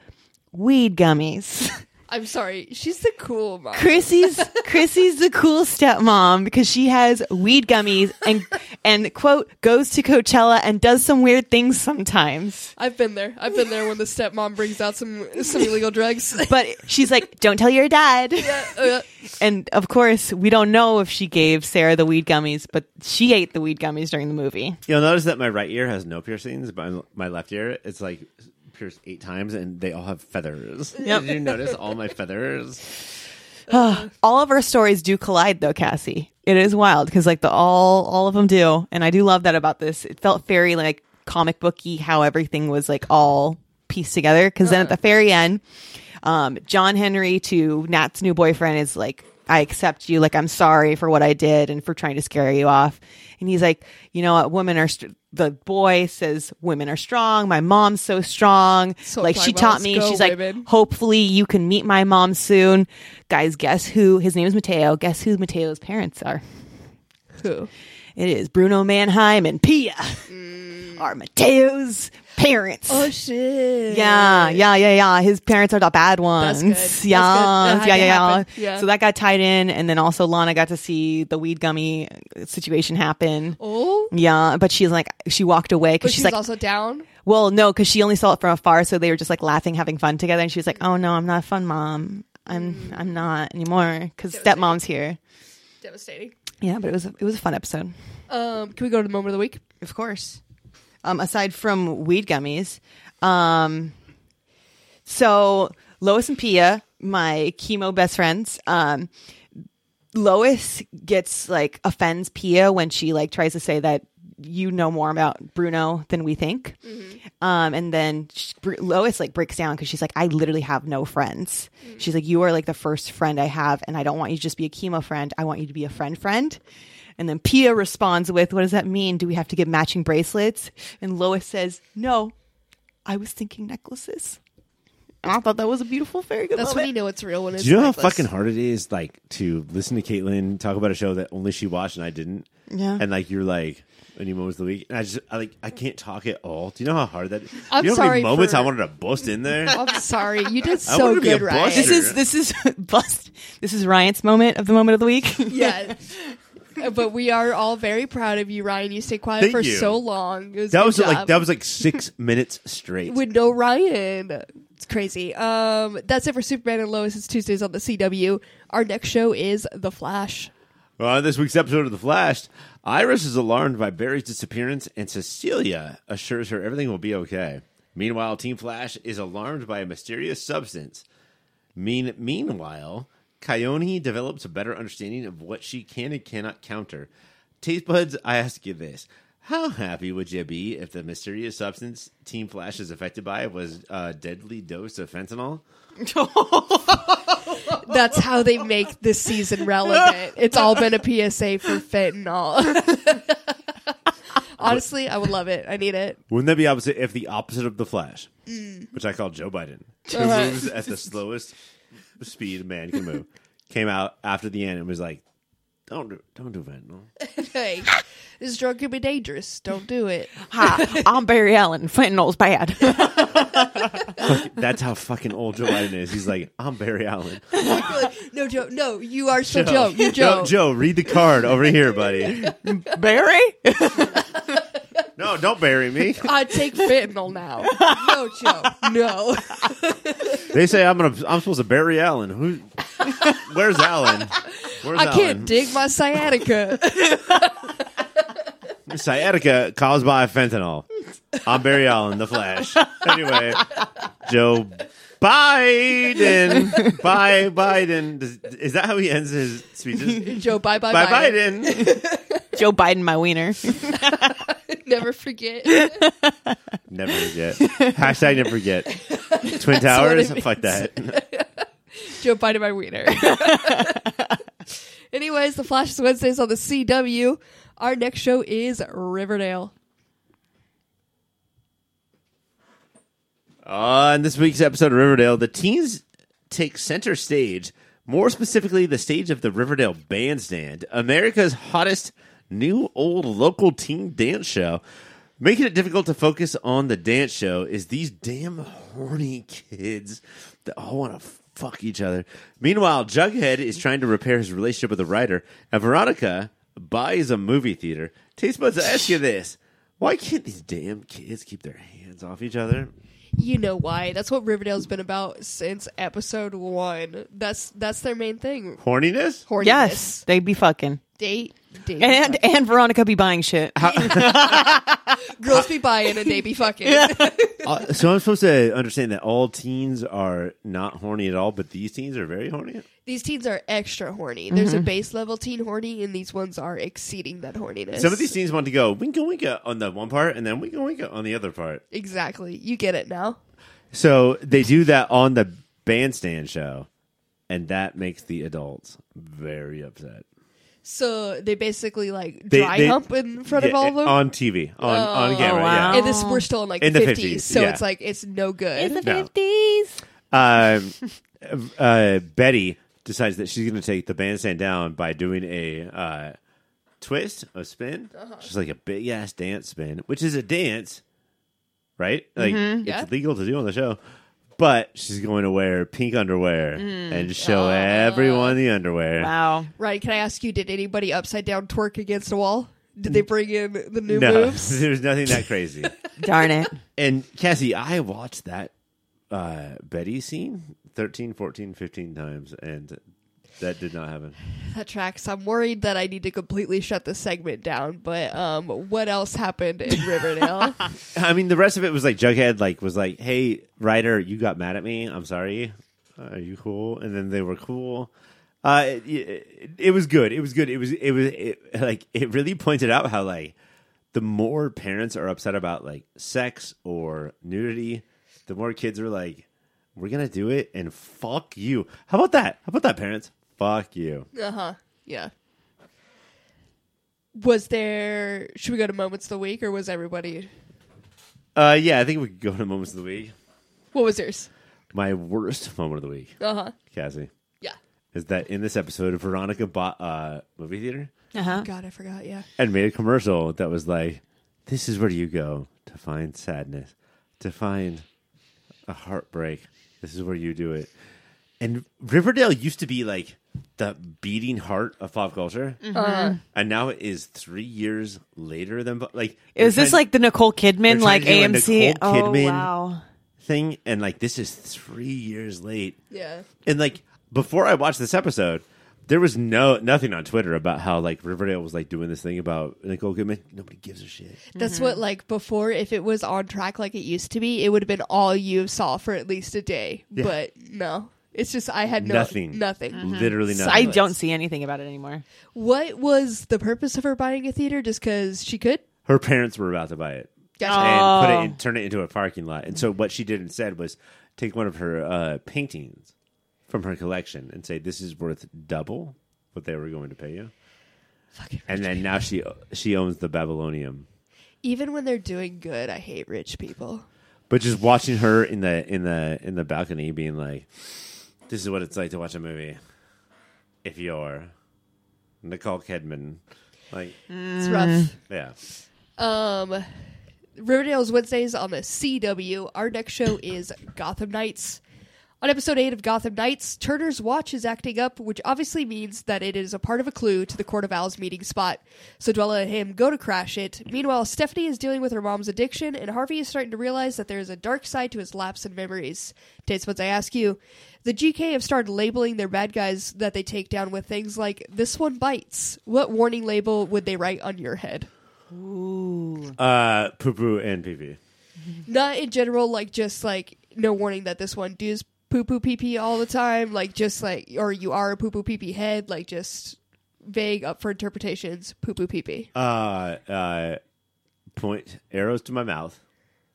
Speaker 5: weed gummies.
Speaker 2: I'm sorry. She's the cool mom.
Speaker 5: Chrissy's Chrissy's the cool stepmom because she has weed gummies and and quote goes to Coachella and does some weird things sometimes.
Speaker 2: I've been there. I've been there when the stepmom brings out some some illegal drugs.
Speaker 5: But she's like, don't tell your dad.
Speaker 2: Uh,
Speaker 5: And of course, we don't know if she gave Sarah the weed gummies, but she ate the weed gummies during the movie.
Speaker 3: You'll notice that my right ear has no piercings, but my left ear it's like pierced eight times, and they all have feathers. Did you notice all my feathers?
Speaker 5: All of our stories do collide, though, Cassie. It is wild because like the all all of them do, and I do love that about this. It felt very like comic booky how everything was like all pieced together. Because then at the very end, um, John Henry to Nat's new boyfriend is like, I accept you. Like, I'm sorry for what I did and for trying to scare you off. And he's like, you know what? Women are, st-, the boy says, women are strong. My mom's so strong.
Speaker 2: So
Speaker 5: like,
Speaker 2: talking
Speaker 5: she
Speaker 2: about
Speaker 5: taught
Speaker 2: let's
Speaker 5: me.
Speaker 2: go,
Speaker 5: She's
Speaker 2: women.
Speaker 5: like, hopefully you can meet my mom soon. Guys, guess who? His name is Mateo. Guess who Mateo's parents are?
Speaker 2: who?
Speaker 5: It is Bruno Mannheim and Pia are Mateo's parents.
Speaker 2: Mm. Oh shit.
Speaker 5: Yeah, yeah, yeah, yeah. His parents are the bad ones.
Speaker 2: good. That's good.
Speaker 5: Yeah,
Speaker 2: That had
Speaker 5: yeah,
Speaker 2: to
Speaker 5: yeah, yeah,
Speaker 2: happen. Yeah.
Speaker 5: So that got tied in, and then also Lana got to see the weed gummy situation happen.
Speaker 2: Oh,
Speaker 5: Yeah, but she's like, she walked away
Speaker 2: but
Speaker 5: because
Speaker 2: she's,
Speaker 5: she's like,
Speaker 2: also down.
Speaker 5: well, no, because she only saw it from afar, so they were just like laughing, having fun together, and she was like, oh no, I'm not a fun mom. I'm
Speaker 2: Mm.
Speaker 5: I'm not anymore because stepmom's here.
Speaker 2: Devastating.
Speaker 5: Yeah, but it was it was a fun episode.
Speaker 2: Um, can we go to the moment of the week?
Speaker 5: Of course. Um, aside from weed gummies, um, so Lois and Pia, my chemo best friends, um, Lois gets like offends Pia when she like tries to say that you know more about Bruno than we think. Um, and then she, Br- Lois like breaks down because she's like, I literally have no friends. She's like, you are like the first friend I have, and I don't want you to just be a chemo friend. I want you to be a friend friend. And then Pia responds with, What does that mean? Do we have to get matching bracelets? And Lois says, No, I was thinking necklaces. And I thought that was a beautiful, very good
Speaker 2: That's when
Speaker 5: moment.
Speaker 2: you know it's real. When it's
Speaker 3: Do you know how
Speaker 2: necklace.
Speaker 3: fucking hard it is, like, to listen to Caitlin talk about a show that only she watched and I didn't?
Speaker 5: Yeah.
Speaker 3: And, like, you're like, any moments of the week? And I just, I, like, I can't talk at all. Do you know how hard that is?
Speaker 2: I'm
Speaker 3: Do you know how
Speaker 2: sorry
Speaker 3: many moments
Speaker 2: for-
Speaker 3: I wanted to bust in there?
Speaker 2: I'm sorry, you did
Speaker 3: I
Speaker 2: so
Speaker 3: wanted to be
Speaker 2: good,
Speaker 3: a
Speaker 2: Ryan.
Speaker 3: buster.
Speaker 5: this is this is bust. This is Ryan's moment of the moment of the week.
Speaker 2: yeah. But we are all very proud of you, Ryan. You stayed quiet
Speaker 3: Thank
Speaker 2: for
Speaker 3: you.
Speaker 2: so long. It was a
Speaker 3: that
Speaker 2: good
Speaker 3: was, like,
Speaker 2: job.
Speaker 3: that was, like, six minutes straight.
Speaker 2: with no Ryan. It's crazy. Um, that's it for Superman and Lois. It's Tuesdays on the CW. Our next show is The Flash.
Speaker 3: Well, on this week's episode of The Flash, Iris is alarmed by Barry's disappearance, and Cecilia assures her everything will be okay. Meanwhile, Team Flash is alarmed by a mysterious substance. Mean meanwhile, Coyote develops a better understanding of what she can and cannot counter. Taste buds, I ask you this: How happy would you be if the mysterious substance Team Flash is affected by was a deadly dose of fentanyl?
Speaker 2: That's how they make this season relevant. It's all been a PSA for fentanyl. Honestly, I would love it. I need it.
Speaker 3: Wouldn't that be opposite if the opposite of the Flash, which I call Joe Biden, who
Speaker 2: Uh-huh.
Speaker 3: moves at the slowest speed a man can move, came out after the end and was like, "Don't do, don't do fentanyl."
Speaker 2: Hey, this drug could be dangerous. Don't do it.
Speaker 5: Hi, I'm Barry Allen. Fentanyl's bad.
Speaker 3: That's how fucking old Joe Biden is. He's like, "I'm Barry Allen."
Speaker 2: no, Joe. No, you are still Joe. You're Joe.
Speaker 3: No, Joe, read the card over here, buddy.
Speaker 5: Barry?
Speaker 3: No, don't bury me.
Speaker 2: I take fentanyl now. No, Joe. No.
Speaker 3: They say I'm gonna, I'm supposed to bury Allen. Who? Where's Allen? Where's
Speaker 2: I
Speaker 3: Allen?
Speaker 2: can't dig my sciatica.
Speaker 3: Sciatica caused by fentanyl. I'm Barry Allen, The Flash. Anyway, Joe Biden. Bye, Biden. Does, is that how he ends his speeches?
Speaker 2: Joe, bye bye
Speaker 3: Bye,
Speaker 2: bye.
Speaker 3: Biden.
Speaker 5: Joe Biden, my wiener.
Speaker 2: Never forget.
Speaker 3: Never forget. Hashtag never forget. Twin Towers?
Speaker 2: means.
Speaker 3: Fuck that.
Speaker 2: Joe Biden my wiener. Anyways, the Flash is Wednesdays on the CW. Our next show is Riverdale.
Speaker 3: On this week's episode of Riverdale, the teens take center stage, more specifically, the stage of the Riverdale Bandstand, America's hottest new old local teen dance show. Making it difficult to focus on the dance show is these damn horny kids that all want to fuck each other. Meanwhile, Jughead is trying to repair his relationship with the writer, and Veronica buys a movie theater. Taste buds, I ask you this. Why can't these damn kids keep their hands off each other?
Speaker 2: You know why? That's what Riverdale's been about since episode one. That's that's their main thing.
Speaker 3: horniness?
Speaker 2: Horniness.
Speaker 5: Yes, they'd be fucking.
Speaker 2: Date. Date.
Speaker 5: And and Veronica be buying shit.
Speaker 2: Girls be buying and they be fucking.
Speaker 3: Uh, so I'm supposed to understand that all teens are not horny at all, but these teens are very horny.
Speaker 2: These teens are extra horny. There's
Speaker 5: Mm-hmm.
Speaker 2: a base level teen horny, and these ones are exceeding that horniness.
Speaker 3: Some of these teens want to go winka winka on the one part, and then winka winka on the other part.
Speaker 2: Exactly. You get it now.
Speaker 3: So they do that on the bandstand show, and that makes the adults very upset.
Speaker 2: So they basically like
Speaker 3: They-
Speaker 2: dry
Speaker 3: they-
Speaker 2: hump in front of
Speaker 3: Yeah,
Speaker 2: all of them.
Speaker 3: on TV on on camera.
Speaker 5: wow.
Speaker 3: Yeah.
Speaker 2: And this we're still in like
Speaker 3: Oh. In the
Speaker 2: the 50s,
Speaker 3: 50s,
Speaker 2: so
Speaker 3: yeah.
Speaker 2: it's like it's no good.
Speaker 3: No.
Speaker 5: fifties.
Speaker 3: um, uh, Betty decides that she's going to take the bandstand down by doing a uh, twist, a spin, just like a big ass dance spin, which is a dance, right? Like it's
Speaker 2: Yeah.
Speaker 3: legal to do on the show, but she's going to wear pink underwear and show everyone the underwear.
Speaker 5: Wow.
Speaker 2: Right? Can I ask you? Did anybody upside down twerk against a wall? Did they bring in the new
Speaker 3: No,
Speaker 2: moves?
Speaker 3: there's nothing that crazy.
Speaker 5: Darn it.
Speaker 3: and Cassie, I watched that uh, Betty scene 13, 14, 15 times, and that did not happen.
Speaker 2: That tracks. I'm worried that I need to completely shut this segment down. But um, what else happened in Riverdale?
Speaker 3: I mean, the rest of it was like Jughead, like was like, "Hey, Ryder, you got mad at me. I'm sorry. Uh, are you cool?" And then they were cool. Uh, it, it, it was good. It was good. It was it was it, like it really pointed out how like the more parents are upset about like sex or nudity, the more kids are like, "We're gonna do it and fuck you." How about that? How about that, parents? Fuck you.
Speaker 2: uh huh. Yeah. Was there? Should we go to moments of the week, or was everybody?
Speaker 3: Uh, yeah, I think we could go to moments of the week.
Speaker 2: What was yours?
Speaker 3: My worst moment of the week,
Speaker 2: Uh huh.
Speaker 3: Cassie.
Speaker 2: Yeah.
Speaker 3: is that in this episode, Veronica bought uh, movie theater
Speaker 5: Uh-huh.
Speaker 2: God, I forgot. Yeah.
Speaker 3: and made a commercial that was like, "This is where you go to find sadness, to find a heartbreak. This is where you do it." And Riverdale used to be like the beating heart of pop culture,
Speaker 2: Mm-hmm.
Speaker 3: and now it is three years later than like.
Speaker 5: Is this like the Nicole Kidman,
Speaker 3: They're
Speaker 5: like
Speaker 3: trying to do a
Speaker 5: AMC?
Speaker 3: Nicole Kidman.
Speaker 5: Oh, wow.
Speaker 3: thing? And like this is three years late.
Speaker 2: Yeah.
Speaker 3: and like before I watched this episode, there was no nothing on Twitter about how like Riverdale was like doing this thing about Nicole Kidman. Nobody gives a shit.
Speaker 2: That's what like before if it was on track like it used to be, it would have been all you saw for at least a day. But no. It's just I had no
Speaker 3: nothing, Mm.
Speaker 2: nothing.
Speaker 3: literally
Speaker 5: So I
Speaker 3: nothing.
Speaker 5: don't see anything about it anymore.
Speaker 2: What was the purpose of her buying a theater just cuz she could?
Speaker 3: Her parents were about to buy it
Speaker 2: Gotcha.
Speaker 3: and put it
Speaker 5: Oh.
Speaker 3: in, turn it into a parking lot. And so what she did instead was take one of her uh, paintings from her collection and say, "This is worth double what they were going to pay you."
Speaker 2: Fucking
Speaker 3: And then now she she owns the Babylonium.
Speaker 2: Even when they're doing good, I hate rich people.
Speaker 3: But just watching her in the in the in the balcony, being like, "This is what it's like to watch a movie if you're Nicole Kidman." Like,
Speaker 2: It's rough.
Speaker 3: yeah,
Speaker 2: Um Riverdale's Wednesdays on the CW. Our next show is Gotham Knights. On episode 8 of Gotham Knights, Turner's watch is acting up, which obviously means that it is a part of a clue to the Court of Owls meeting spot. So Dwella and him go to crash it. Meanwhile, Stephanie is dealing with her mom's addiction, and Harvey is starting to realize that there is a dark side to his lapse in memories. Tate's what I ask you. The GK have started labeling their bad guys that they take down with things like, This one bites. What warning label would they write on your head?
Speaker 3: uh, poo poo and pee pee.
Speaker 2: not in general, like just like no warning that this one does poo poo pee pee all the time, like just like or you are a poo poo pee pee head, like just vague up for interpretations, poo poo pee pee.
Speaker 3: Uh, uh, point arrows to my mouth,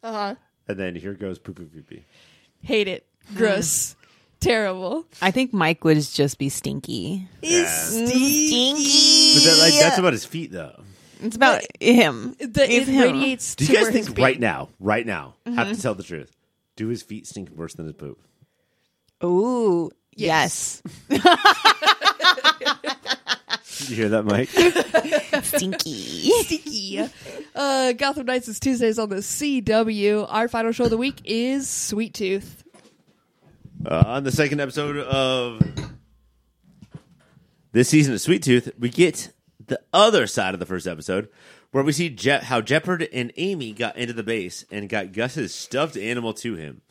Speaker 2: Uh huh.
Speaker 3: and then here goes poo poo pee pee.
Speaker 2: Hate it. Gross. Terrible.
Speaker 5: I think Mike would just be stinky. Stinky.
Speaker 3: But that, like, that's about his feet, though.
Speaker 5: It's about him.
Speaker 2: The, it
Speaker 5: It's him.
Speaker 2: radiates.
Speaker 3: Do
Speaker 2: to
Speaker 3: you guys
Speaker 2: where his
Speaker 3: think
Speaker 2: feet- Mm-hmm.
Speaker 3: right now, right now, have to tell the truth? Do his feet stink worse than his poop?
Speaker 5: Ooh. Yes.
Speaker 3: Did you hear that, Mike?
Speaker 5: Stinky.
Speaker 2: Sticky. Uh, Gotham Knights is Tuesdays on the CW. Our final show of the week is Sweet Tooth.
Speaker 3: Uh, on the second episode of this season of Sweet Tooth, we get the other side of the first episode where we see Je- how Jeopard and Amy got into the base and got Gus's stuffed animal to him.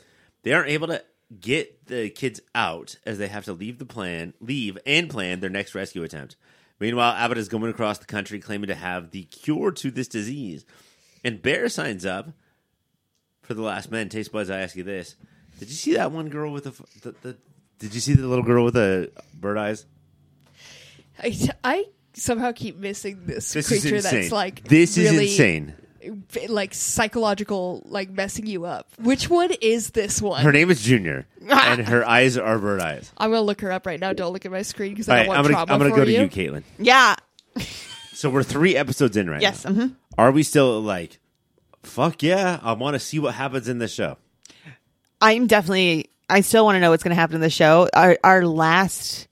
Speaker 3: They aren't able to get the kids out as they have to leave the plan, leave and plan their next rescue attempt. Meanwhile, Abbott is going across the country claiming to have the cure to this disease, and Bear signs up for the last men. Taste buds, I ask you this: Did you see that one girl with the, f- the, the Did you see the little girl with the bird eyes?
Speaker 2: I, I somehow keep missing this,
Speaker 3: This is
Speaker 2: creature
Speaker 3: insane.
Speaker 2: that's like
Speaker 3: this
Speaker 2: really
Speaker 3: is insane.
Speaker 2: like psychological like messing you up. Which one is this one?
Speaker 3: Her name is Junior, and her eyes are bird eyes.
Speaker 2: I'm gonna look her up right now. Don't look at my screen because
Speaker 3: All
Speaker 2: I
Speaker 3: right,
Speaker 2: don't want
Speaker 3: I'm gonna
Speaker 2: trauma
Speaker 3: I'm gonna
Speaker 2: for
Speaker 3: go to you,
Speaker 2: you.
Speaker 3: Caitlin.
Speaker 5: yeah.
Speaker 3: So we're three episodes in right
Speaker 5: Yes.
Speaker 3: now.
Speaker 5: mhm.
Speaker 3: Are we still like, fuck yeah? I want to see what happens in this show.
Speaker 5: I'm definitely. I still want to know what's going to happen in the show. Our our last.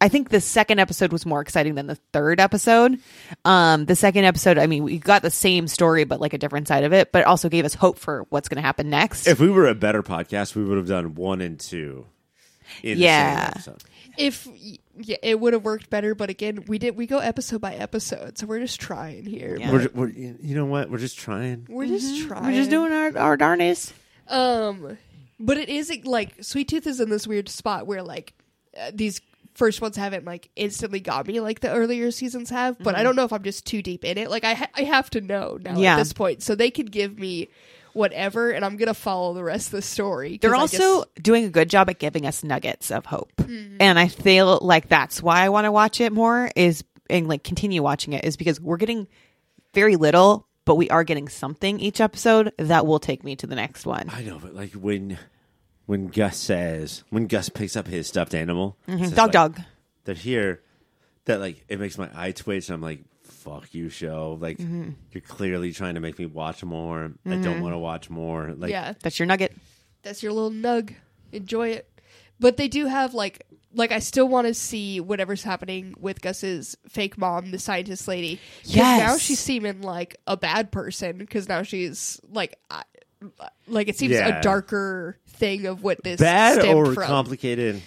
Speaker 5: I think the second episode was more exciting than the third episode. Um, the second episode, I mean, we got the same story, but like a different side of it, but it also gave us hope for what's going to happen next.
Speaker 3: If we were a better podcast, we would have done one and two. In
Speaker 5: Yeah.
Speaker 3: The same episode.
Speaker 2: If y- yeah, it would have worked better, but again, we did we go episode by episode, so we're just trying here.
Speaker 5: Yeah.
Speaker 3: We're, we're, you know what? We're just trying.
Speaker 2: We're just trying.
Speaker 5: Mm-hmm. We're just doing our, our darnest.
Speaker 2: Um, but it is like Sweet Tooth is in this weird spot where like uh, these first ones haven't like instantly got me like the earlier seasons have. But I don't know if I'm just too deep in it. Like I ha- I have to know now
Speaker 5: Mm-hmm. Yeah.
Speaker 2: at this point, so they could give me whatever, and I'm gonna follow the rest of the story. 'cause
Speaker 5: They're
Speaker 2: I
Speaker 5: also
Speaker 2: just- Mm-hmm.
Speaker 5: doing a good job at giving us nuggets of hope. And I feel like that's why I want to watch it more is and like continue watching it is because we're getting very little, but we are getting something each episode that will take me to the next one.
Speaker 3: I know, but like when when Gus says when Gus picks up his stuffed animal, says,
Speaker 5: Mm-hmm. dog
Speaker 3: like,
Speaker 5: dog.
Speaker 3: They're here. That like it makes my eye twitch. And I'm like, fuck you, show. Like
Speaker 5: Mm-hmm.
Speaker 3: you're clearly trying to make me watch more. I don't want to watch more. Like
Speaker 2: yeah.
Speaker 5: That's your nugget.
Speaker 2: that's your little nug. Enjoy it. But they do have like like I still want to see whatever's happening with Gus's fake mom, the scientist lady. 'Cause Now
Speaker 5: Yes.
Speaker 2: she's seeming like a bad person because now she's like I, like it seems
Speaker 3: Yeah.
Speaker 2: a darker thing of what this
Speaker 3: bad
Speaker 2: stemmed
Speaker 3: or
Speaker 2: from.
Speaker 3: complicated.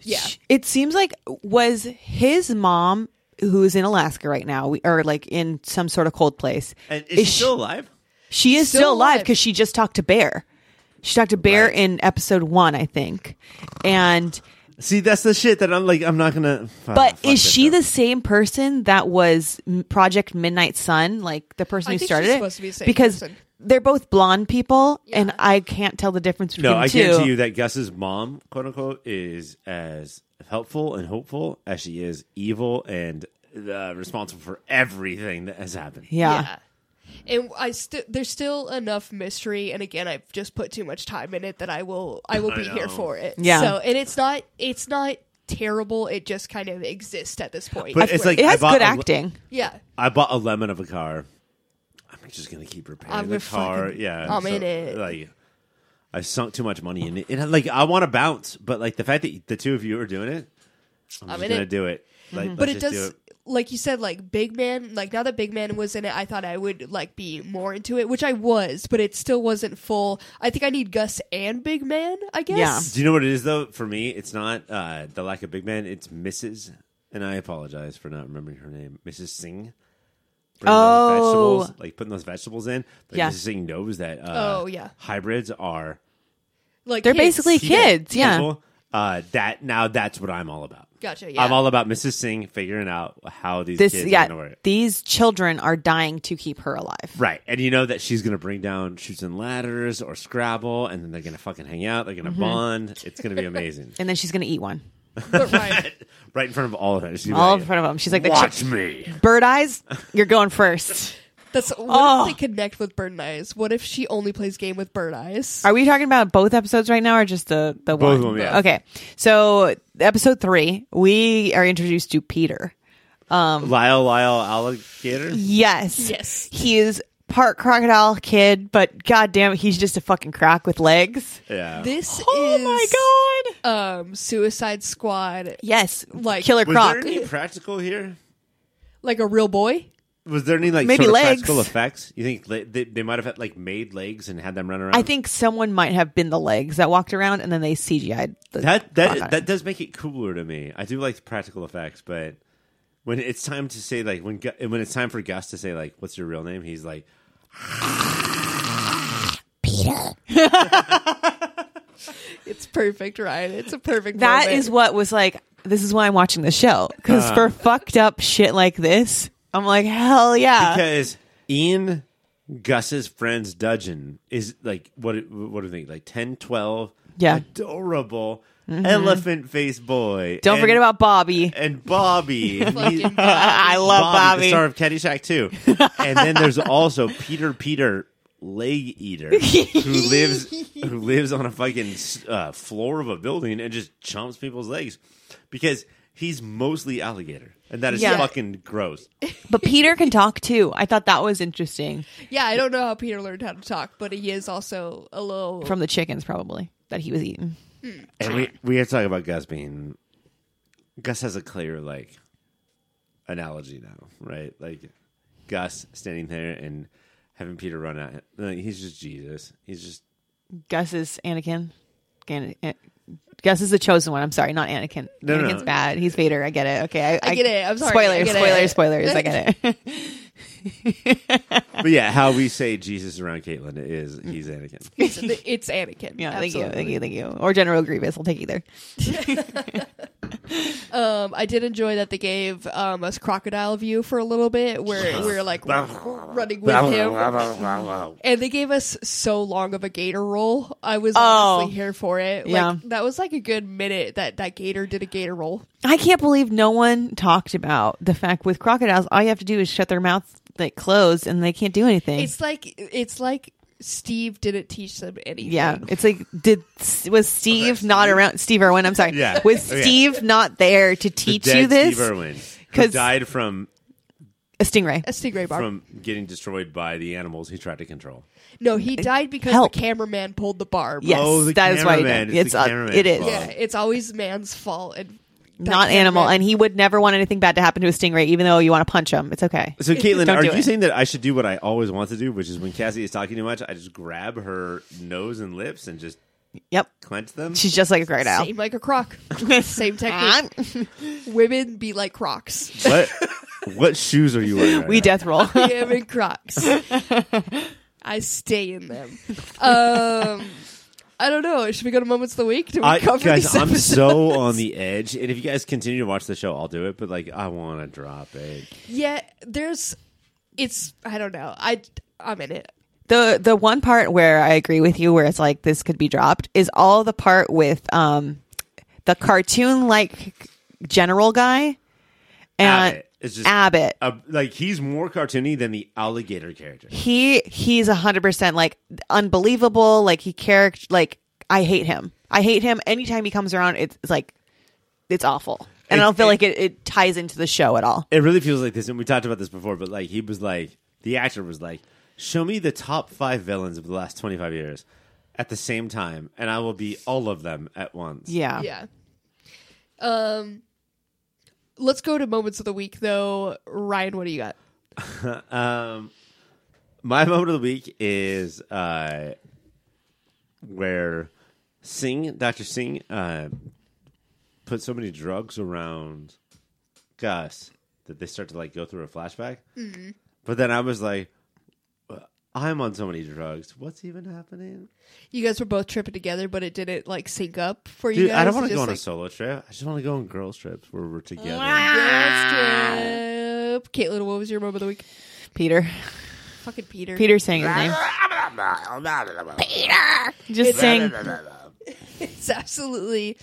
Speaker 2: Yeah.
Speaker 5: Sh- It seems like was his mom who's in Alaska right now we- or like in some sort of cold place.
Speaker 3: And is, she
Speaker 5: she-
Speaker 3: still alive?
Speaker 5: She is
Speaker 2: Still
Speaker 5: still alive
Speaker 2: alive.
Speaker 5: because she just talked to Bear. She talked to Bear in episode one, I think. And
Speaker 3: See, that's the shit that I'm like. I'm not gonna. ah,
Speaker 5: but
Speaker 3: fuck
Speaker 5: is
Speaker 3: this
Speaker 5: she
Speaker 3: stuff.
Speaker 5: the same person that was M- Project Midnight Sun, like the person
Speaker 2: I
Speaker 5: who
Speaker 2: think she's
Speaker 5: started it?
Speaker 2: supposed to be the same
Speaker 5: because
Speaker 2: person.
Speaker 5: they're both blonde people, and I can't tell the difference between
Speaker 3: No, I
Speaker 5: the two.
Speaker 3: guarantee you that Gus's mom, quote unquote, is as helpful and hopeful as she is evil and uh, responsible for everything that has happened.
Speaker 5: Yeah.
Speaker 2: And I still there's still enough mystery, and again, I've just put too much time in it that I will I will
Speaker 3: I
Speaker 2: be here
Speaker 3: know.
Speaker 2: for it.
Speaker 5: Yeah.
Speaker 2: So and it's not it's not terrible. It just kind of exists at this point.
Speaker 3: But it's
Speaker 2: Where-
Speaker 3: like
Speaker 5: it has
Speaker 3: I bought
Speaker 5: good
Speaker 3: a-
Speaker 5: acting.
Speaker 2: yeah.
Speaker 3: I bought a lemon of a car. I'm just gonna keep repairing
Speaker 2: I'm
Speaker 3: the
Speaker 2: gonna
Speaker 3: car.
Speaker 2: fucking-
Speaker 3: yeah,
Speaker 2: I'm in it.
Speaker 3: Like, I sunk too much money in it, and like I want to bounce, but like the fact that the two of you are doing it, I'm,
Speaker 2: I'm in
Speaker 3: just gonna
Speaker 2: it. Mm-hmm.
Speaker 3: do it. Like,
Speaker 2: but
Speaker 3: let's
Speaker 2: it
Speaker 3: just
Speaker 2: does
Speaker 3: Do it.
Speaker 2: like you said like big man like now that big man was in it i thought i would like be more into it which i was but it still wasn't full i think i need gus and big man i guess
Speaker 3: Do you know what it is though? For me, it's not uh, the lack of big man. It's Mrs. And I apologize for not remembering her name, Mrs. Singh. Bringing
Speaker 5: Oh.
Speaker 3: those vegetables, like putting those vegetables in. Like,
Speaker 5: Yeah.
Speaker 3: Mrs. Singh knows that. Uh,
Speaker 2: Oh, yeah.
Speaker 3: hybrids are
Speaker 2: like
Speaker 5: They're
Speaker 2: kids.
Speaker 5: basically kids. Yeah.
Speaker 3: people, Uh, that now that's what I'm all about.
Speaker 2: gotcha yeah
Speaker 3: I'm all about Mrs. Singh figuring out how these
Speaker 5: This,
Speaker 3: kids are
Speaker 5: yeah.
Speaker 3: gonna work.
Speaker 5: These children are dying to keep her alive.
Speaker 3: Right, and you know that she's gonna bring down shoots and ladders or Scrabble, and then they're gonna fucking hang out. They're
Speaker 5: Mm-hmm.
Speaker 3: gonna bond. It's gonna be amazing.
Speaker 5: And then she's going to eat one.
Speaker 2: but right
Speaker 3: right in front of all of us. She's
Speaker 5: All
Speaker 3: like,
Speaker 5: in front of them. She's like, the
Speaker 3: Watch
Speaker 5: chi-
Speaker 3: me.
Speaker 5: bird eyes, you're going first.
Speaker 2: that's what
Speaker 5: Oh.
Speaker 2: if they connect with bird eyes what if she only plays game with bird eyes
Speaker 5: Are we talking about both episodes right now, or just the the
Speaker 3: Both of
Speaker 5: one?
Speaker 3: them, yeah.
Speaker 5: Okay, so episode three, we are introduced to Peter.
Speaker 3: Lyle, Lyle, alligator.
Speaker 5: Yes,
Speaker 2: yes
Speaker 5: he is part crocodile kid, but goddamn, he's just a fucking croc with legs.
Speaker 3: Yeah.
Speaker 2: this
Speaker 5: Oh
Speaker 2: is
Speaker 5: my god!
Speaker 2: um suicide squad
Speaker 5: Yes,
Speaker 2: Like-
Speaker 5: killer
Speaker 3: Was
Speaker 5: croc.
Speaker 3: there any practical here?
Speaker 2: like a real boy
Speaker 3: Was there any like
Speaker 5: Maybe
Speaker 3: sort of
Speaker 5: legs.
Speaker 3: practical effects? You think le- they, they might have had, like made legs and had them run around?
Speaker 5: I think someone might have been the legs that walked around, and then they CGI'd. The
Speaker 3: that
Speaker 5: croc on
Speaker 3: that
Speaker 5: it.
Speaker 3: that does make it cooler to me. I do like the practical effects, but when it's time to say like when Gu- when it's time for Gus to say like what's your real name, he's like
Speaker 2: it's perfect right it's a perfect
Speaker 5: That
Speaker 2: moment.
Speaker 5: is what was like. This is why I'm watching the show because
Speaker 3: Uh.
Speaker 5: for fucked up shit like this, I'm like hell yeah.
Speaker 3: because Ian Gus's friend's dudgeon is like what what do they like 10, 12,
Speaker 5: Yeah. Mm-hmm.
Speaker 3: adorable elephant face boy.
Speaker 5: Don't
Speaker 3: And-
Speaker 5: forget about Bobby.
Speaker 3: and Bobby.
Speaker 2: Fucking
Speaker 5: I love
Speaker 3: Bobby, the
Speaker 5: Bobby.
Speaker 3: star of Caddyshack too. and then there's also Peter Peter Leg Eater, who lives who lives on a fucking uh, floor of a building and just chomps people's legs because he's mostly alligator, and that is
Speaker 5: Yeah.
Speaker 3: fucking gross.
Speaker 5: But Peter can talk too. I thought that was interesting
Speaker 2: Yeah, I don't know how Peter learned how to talk, but he is also a little.
Speaker 5: from the chickens, probably that he was eating.
Speaker 3: And we we are talking about Gus being Gus has a clear like analogy now, right? Like Gus standing there and having Peter run at him. Like, he's just Jesus. He's just
Speaker 5: Gus is Anakin. Gan- An- Gus is the chosen one. I'm sorry, not Anakin.
Speaker 3: No, no,
Speaker 5: Anakin's
Speaker 3: no.
Speaker 5: bad. He's Vader. I get it. Okay, I,
Speaker 2: I get it. I'm sorry.
Speaker 5: Spoilers,
Speaker 2: I get
Speaker 5: spoilers,
Speaker 2: it.
Speaker 5: spoilers. I get it.
Speaker 3: But yeah, how we say Jesus around Caitlin is he's Anakin.
Speaker 2: It's, it's Anakin.
Speaker 5: Yeah, thank you,
Speaker 2: absolutely.
Speaker 5: thank you, thank you. Or General Grievous. I'll take either.
Speaker 2: Um, I did enjoy that they gave um, us crocodile view for a little bit, where we are like running with him, and they gave us so long of a gator roll. I was honestly here for it.
Speaker 5: Oh. Yeah.
Speaker 2: Like that was like a good minute that that gator did a gator roll.
Speaker 5: I can't believe no one talked about the fact with crocodiles, all you have to do is shut their mouth like closed, and they can't do anything.
Speaker 2: It's like it's like Steve didn't teach them anything.
Speaker 5: yeah, it's like did was Steve not around? Steve Irwin, I'm sorry.
Speaker 3: Yeah.
Speaker 5: was
Speaker 3: Okay.
Speaker 5: Steve not there to
Speaker 3: The
Speaker 5: teach
Speaker 3: dead
Speaker 5: you this?
Speaker 3: Steve Irwin, who
Speaker 5: 'Cause-
Speaker 3: died from
Speaker 5: A stingray.
Speaker 2: A stingray bar.
Speaker 3: from getting destroyed by the animals he tried to control.
Speaker 2: no, he died because
Speaker 5: Help.
Speaker 2: the cameraman pulled the barb.
Speaker 5: Yes,
Speaker 3: Oh, the
Speaker 5: that is why he
Speaker 3: cameraman.
Speaker 5: died.
Speaker 3: It's
Speaker 5: It's
Speaker 3: the
Speaker 5: uh,
Speaker 3: cameraman's
Speaker 5: it is
Speaker 3: fault.
Speaker 2: Yeah, it's always man's fault and that
Speaker 5: not animal,
Speaker 2: cameraman-
Speaker 5: and he would never want anything bad to happen to a stingray, even though you want to punch him. It's okay.
Speaker 3: So, Caitlin,
Speaker 5: Don't
Speaker 3: are
Speaker 5: do
Speaker 3: you
Speaker 5: it.
Speaker 3: saying that I should do what I always want to do, which is when Cassie is talking too much, I just grab her nose and lips and just
Speaker 5: Yep,
Speaker 3: clench them?
Speaker 5: she's just like a crocodile.
Speaker 2: Same like a croc. Same technique. Women be like crocs.
Speaker 3: What? what shoes are you wearing? right
Speaker 5: we
Speaker 3: now?
Speaker 5: death roll.
Speaker 2: I am in crocs. I stay in them. Um, I don't know. Should we go to moments of the week? Do we
Speaker 3: I,
Speaker 2: cover
Speaker 3: guys,
Speaker 2: these
Speaker 3: I'm
Speaker 2: episodes?
Speaker 3: so on the edge, and if you guys continue to watch the show, I'll do it. But like, I want to drop it.
Speaker 2: Yeah, there's. It's. I don't know. I. I'm in it.
Speaker 5: the the one part where I agree with you, where it's like this could be dropped, is all the part with um the cartoon like general guy and
Speaker 3: Abbott. It's just
Speaker 5: Abbott.
Speaker 3: Uh, like he's more cartoony than the alligator character.
Speaker 5: he he's a hundred percent like unbelievable. Like he character like I hate him. I hate him. Anytime he comes around, it's, it's like it's awful, and I don't feel like it, it ties into the show at all.
Speaker 3: It really feels like this, and we talked about this before. But like, he was like, the actor was like, "Show me the top five villains of the last 25 years at the same time, and I will be all of them at once."
Speaker 5: Yeah.
Speaker 2: Yeah. Um. Let's go to moments of the week, though. Ryan, what do you got?
Speaker 3: Um, my moment of the week is uh, where Singh, Doctor Singh, uh, put so many drugs around Gus that they start to like go through a flashback. But then I was like, I'm on so many drugs. What's even happening?
Speaker 2: You guys were both tripping together, but it didn't like sync up for you
Speaker 3: Dude,
Speaker 2: guys.
Speaker 3: I don't want to
Speaker 2: Just,
Speaker 3: go on
Speaker 2: like,
Speaker 3: a solo trip. I just want to go on girls trips where we're together.
Speaker 2: Girls trip. Caitlin, what was your moment of the week?
Speaker 5: Peter.
Speaker 2: Fucking Peter.
Speaker 5: Peter's saying his name. Just saying
Speaker 2: It's absolutely.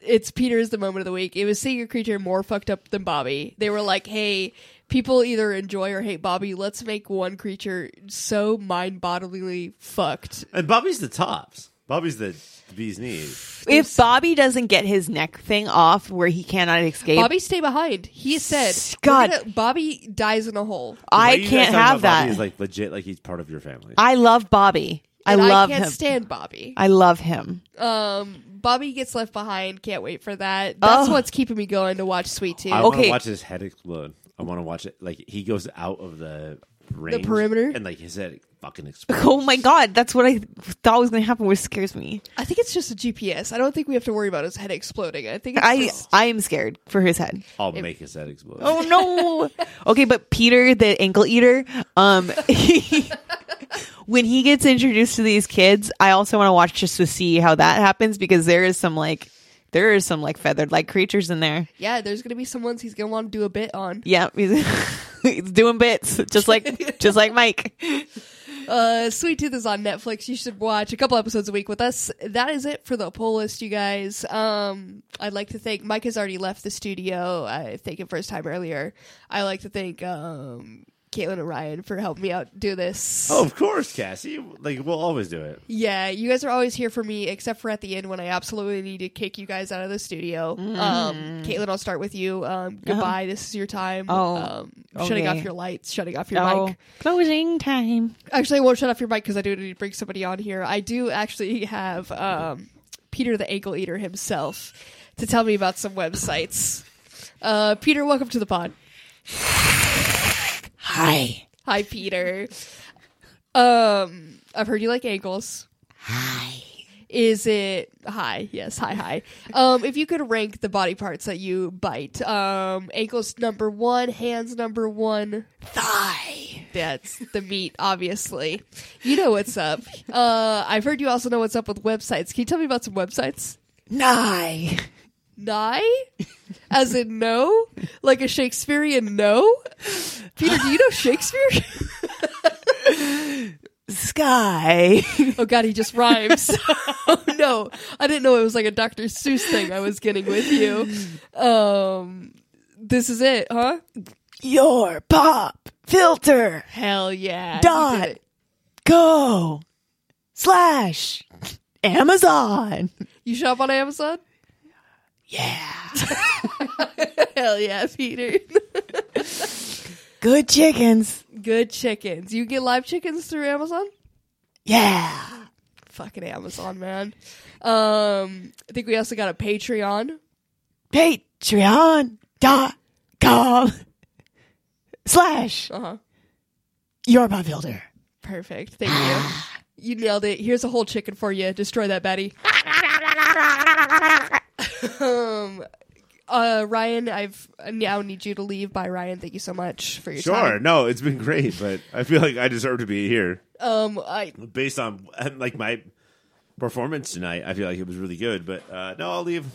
Speaker 2: It's Peter's the moment of the week. It was seeing a creature more fucked up than Bobby. They were like, hey, people either enjoy or hate Bobby. Let's make one creature so mind bodily fucked.
Speaker 3: And Bobby's the tops. Bobby's the, the bee's knees.
Speaker 5: if Bobby doesn't get his neck thing off where he cannot escape,
Speaker 2: Bobby, stay behind. He said, we're
Speaker 5: God.
Speaker 2: gonna- Bobby dies in a hole.
Speaker 5: I
Speaker 3: Why you guys
Speaker 5: can't
Speaker 3: talking
Speaker 5: have
Speaker 3: about Bobby
Speaker 5: that.
Speaker 3: is like legit, like he's part of your family.
Speaker 5: I love Bobby. I
Speaker 2: And
Speaker 5: love
Speaker 2: can't
Speaker 5: him.
Speaker 2: stand Bobby.
Speaker 5: I love him.
Speaker 2: Um, Bobby gets left behind. Can't wait for that. That's
Speaker 5: Oh.
Speaker 2: what's keeping me going to watch Sweet Tooth.
Speaker 3: I want
Speaker 5: Okay.
Speaker 3: to watch his head explode. I want to watch it. Like he goes out of the range,
Speaker 2: perimeter?
Speaker 3: and like his head fucking explodes.
Speaker 5: Oh my god, that's what I thought was going to happen. Which scares me.
Speaker 2: I think it's just a GPS. I don't think we have to worry about his head exploding. I think it's
Speaker 5: I
Speaker 2: just-
Speaker 5: I am scared for his head.
Speaker 3: I'll make his head explode.
Speaker 5: Oh no. okay, but Peter, the ankle eater, um, when he gets introduced to these kids, I also want to watch just to see how that happens because there is some like there is some like feathered like creatures in there.
Speaker 2: yeah, there's gonna be some ones he's gonna want to do a bit on.
Speaker 5: Yeah, he's, he's doing bits just like just like Mike.
Speaker 2: Uh, Sweet Tooth is on Netflix. You should watch a couple episodes a week with us. That is it for the poll list, you guys. Um, I'd like to thank Mike has already left the studio. I thank him for his time earlier. I like to thank um Caitlin and Ryan for helping me out do this.
Speaker 3: Oh, of course, Cassie. Like we'll always do it.
Speaker 2: Yeah, you guys are always here for me, except for at the end when I absolutely need to kick you guys out of the studio.
Speaker 5: Mm.
Speaker 2: Um, Caitlin, I'll start with you. Um, goodbye. This is your time.
Speaker 5: Uh-huh. Oh,
Speaker 2: um, shutting
Speaker 5: okay. Oh.
Speaker 2: off your lights, shutting off your mic.
Speaker 5: closing time.
Speaker 2: Actually, I won't shut off your mic because I do need to bring somebody on here. I do actually have um, Peter the Ankle Eater himself to tell me about some websites. Uh, Peter, welcome to the pod.
Speaker 5: Hi.
Speaker 2: Hi, Peter. Um, I've heard you like ankles. Hi. Is it hi? Yes, hi, hi. Um, if you could rank the body parts that you bite, um, ankles number one, hands number one, thigh. That's the meat, obviously. You know what's up. Uh, I've heard you also know what's up with websites. Can you tell me about some websites?
Speaker 5: Nye.
Speaker 2: Nye, as in no, like a Shakespearean no. Peter, do you know Shakespeare?
Speaker 5: Sky.
Speaker 2: Oh god, he just rhymes. oh no, I didn't know it was like a Dr. Seuss thing I was getting with you. Um, this is it, huh?
Speaker 5: Your pop. Filter.
Speaker 2: Hell yeah, you
Speaker 5: Dot.
Speaker 2: did it.
Speaker 5: Go. Slash. Amazon.
Speaker 2: You shop on Amazon?
Speaker 5: Yeah.
Speaker 2: Hell yeah, Peter.
Speaker 5: Good chickens.
Speaker 2: Good chickens. You get live chickens through Amazon?
Speaker 5: Yeah.
Speaker 2: Fucking Amazon, man. Um, I think we also got a Patreon.
Speaker 5: Patreon.com slash
Speaker 2: Uh huh.
Speaker 5: your pop filter.
Speaker 2: Perfect. Thank you. You nailed it. Here's a whole chicken for you. Destroy that, Betty. um, uh, Ryan, I've I now need you to leave. Bye, Ryan. Thank you so much for your
Speaker 3: Sure.
Speaker 2: time.
Speaker 3: No, it's been great, but I feel like I deserve to be here
Speaker 2: Um, I
Speaker 3: based on like my performance tonight. I feel like it was really good, but uh, no, I'll leave.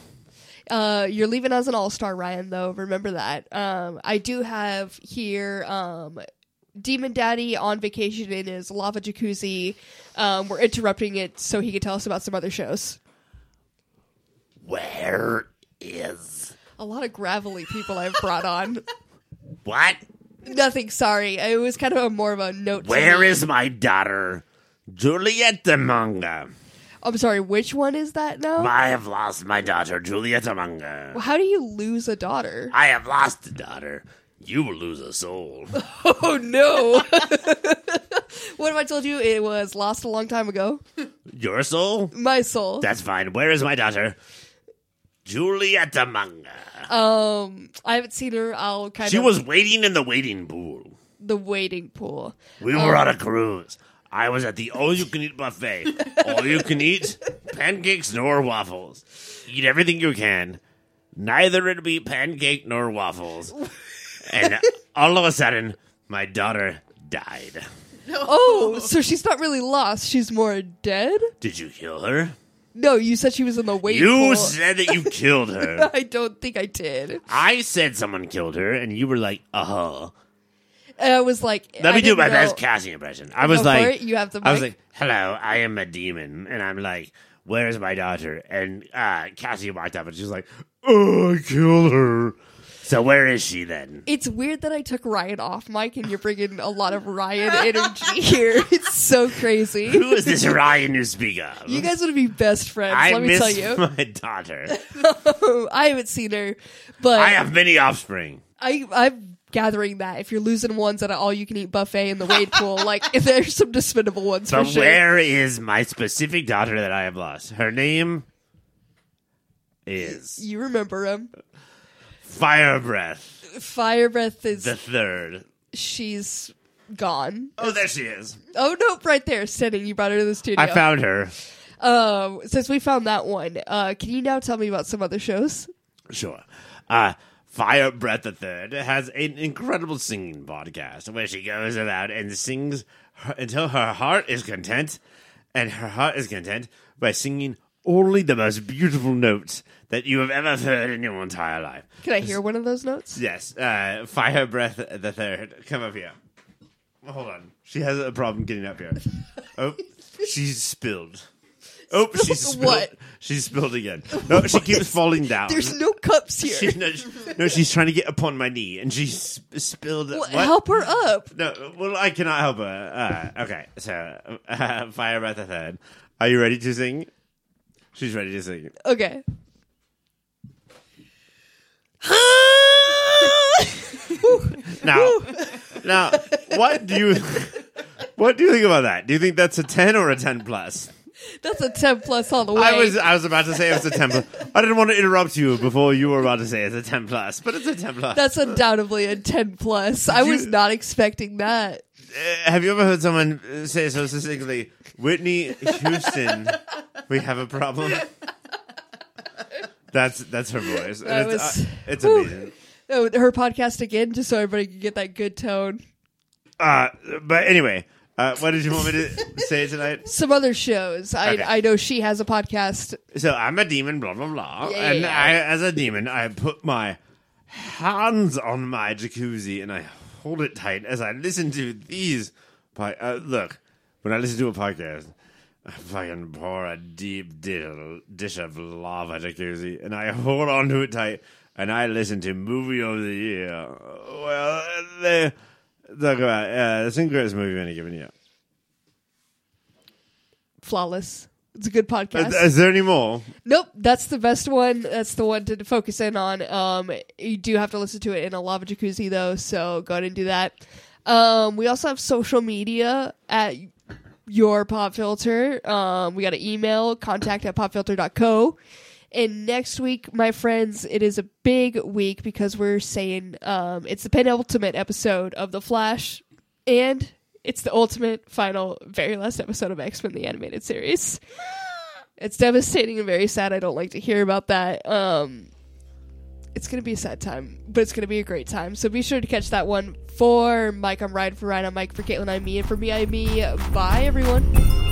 Speaker 2: uh, you're leaving as an all star, Ryan. Though remember that. Um, I do have here. Um. Demon Daddy on vacation in his lava jacuzzi. Um, we're interrupting it so he can tell us about some other shows.
Speaker 3: Where is
Speaker 2: A lot of gravelly people I've brought on.
Speaker 3: what?
Speaker 2: Nothing. Sorry, it was kind of a more of a note. to
Speaker 3: Where
Speaker 2: me.
Speaker 3: is my daughter, Julieta Manga?
Speaker 2: I'm sorry. Which one is that now?
Speaker 3: I have lost my daughter, Julieta Manga.
Speaker 2: How do you lose a daughter?
Speaker 3: I have lost a daughter. You will lose a soul.
Speaker 2: Oh no! what if I told you it was lost a long time ago?
Speaker 3: Your soul?
Speaker 2: My soul.
Speaker 3: That's fine. Where is my daughter? Julieta Manga.
Speaker 2: Um, I haven't seen her. I'll kind
Speaker 3: She
Speaker 2: of
Speaker 3: was waiting in the waiting pool.
Speaker 2: the waiting pool.
Speaker 3: We were on a cruise. I was at the all you can eat buffet. all you can eat pancakes nor waffles. Eat everything you can. Neither it be pancake nor waffles. And all of a sudden, my daughter died.
Speaker 2: Oh, so she's not really lost. She's more dead.
Speaker 3: Did you kill her?
Speaker 2: No, you said she was in the waiting
Speaker 3: You
Speaker 2: pool.
Speaker 3: said that you killed her.
Speaker 2: I don't think I did.
Speaker 3: I said someone killed her, and you were like, uh huh.
Speaker 2: And I was like,
Speaker 3: Let
Speaker 2: I
Speaker 3: me do
Speaker 2: didn't
Speaker 3: my
Speaker 2: know-
Speaker 3: best Cassie impression. I was
Speaker 2: Go for
Speaker 3: like,
Speaker 2: it. You have the
Speaker 3: I was
Speaker 2: mic.
Speaker 3: like, hello, I am a demon, and I'm like, where's my daughter? And uh, Cassie walked up, and she's like, oh, I killed her. So where is she then?
Speaker 2: It's weird that I took Ryan off, Mike, and you're bringing a lot of Ryan energy here. It's so crazy.
Speaker 3: Who is this Ryan you speak of?
Speaker 2: You guys would be best friends.
Speaker 3: I
Speaker 2: let me
Speaker 3: miss
Speaker 2: tell you.
Speaker 3: my daughter.
Speaker 2: I haven't seen her, but
Speaker 3: I have many offspring.
Speaker 2: I I'm gathering that if you're losing ones at an all-you-can-eat buffet in the wade pool, like if there's some dispendable ones
Speaker 3: But
Speaker 2: for sure.
Speaker 3: where is my specific daughter that I have lost? Her name is
Speaker 2: You remember him?
Speaker 3: Fire Breath
Speaker 2: Fire breath is
Speaker 3: the Third.
Speaker 2: she's gone.
Speaker 3: Oh, there she is.
Speaker 2: Oh nope, right there, sitting. You brought her to the studio.
Speaker 3: I found her.
Speaker 2: um, since we found that one, uh, can you now tell me about some other shows?
Speaker 3: Sure. Uh, Fire Breath the Third has an incredible singing podcast where she goes about and sings her, until her heart is content, and her heart is content by singing only the most beautiful notes that you have ever heard in your entire life.
Speaker 2: Can I hear one of those notes?
Speaker 3: Yes, uh, Fire Breath the Third, come up here. Hold on, she has a problem getting up here. Oh, she's spilled. Oh, she spilled.
Speaker 2: what?
Speaker 3: She spilled again. No, she keeps falling down.
Speaker 2: There's no cups
Speaker 3: She,
Speaker 2: here.
Speaker 3: no, she- no, she's trying to get upon my knee, and she s- spilled.
Speaker 2: Well,
Speaker 3: What?
Speaker 2: Help her up.
Speaker 3: No, well, I cannot help her. Uh, okay, so uh, fire breath ahead. Are you ready to sing? She's ready to sing.
Speaker 2: Okay.
Speaker 3: Now, now, what do you, what do you think about that? Do you think that's a ten or a ten plus?
Speaker 2: That's a 10 plus all the way.
Speaker 3: I was I was about to say it was a ten plus. I didn't want to interrupt you before you were about to say it's a ten plus, but it's a ten plus.
Speaker 2: That's undoubtedly a 10 plus. I was
Speaker 3: You-
Speaker 2: not expecting that.
Speaker 3: Uh, have you ever heard someone uh, say so succinctly, Whitney Houston? we have a problem. That's that's her voice.
Speaker 2: That
Speaker 3: it's,
Speaker 2: was-
Speaker 3: uh, it's
Speaker 2: Whew.
Speaker 3: amazing.
Speaker 2: Oh, her podcast again, just so everybody can get that good tone.
Speaker 3: Uh, but anyway, uh, what did you want me to say tonight?
Speaker 2: Some other shows. I,
Speaker 3: Okay.
Speaker 2: I know she has a podcast.
Speaker 3: So I'm a demon, blah blah blah,
Speaker 2: Yeah,
Speaker 3: and
Speaker 2: yeah,
Speaker 3: I, as a demon, I put my hands on my jacuzzi and I hold it tight as I listen to these. Po- uh, look, when I listen to a podcast, I fucking pour a deep di- dish of lava jacuzzi and I hold on to it tight and I listen to movie of the year. Well, they talk about uh, the single greatest movie of any given year.
Speaker 2: Flawless. It's a good podcast.
Speaker 3: Is, is there any more?
Speaker 2: Nope, that's the best one. That's the one to focus in on. Um, you do have to listen to it in a lava jacuzzi though, so go ahead and do that. Um, we also have social media at your pop filter. Um, we got an email contact at popfilter.co. And next week, my friends, it is a big week because we're saying um, it's the penultimate episode of The Flash, and it's the ultimate, final, very last episode of X Men: The Animated Series it's devastating and very sad. I don't like to hear about that. Um, it's gonna be a sad time, but it's gonna be a great time. So be sure to catch that one for Mike. I'm Ryan for Ryan. I'm Mike for Caitlin. I'm me, and for me, I'm me. Bye, everyone.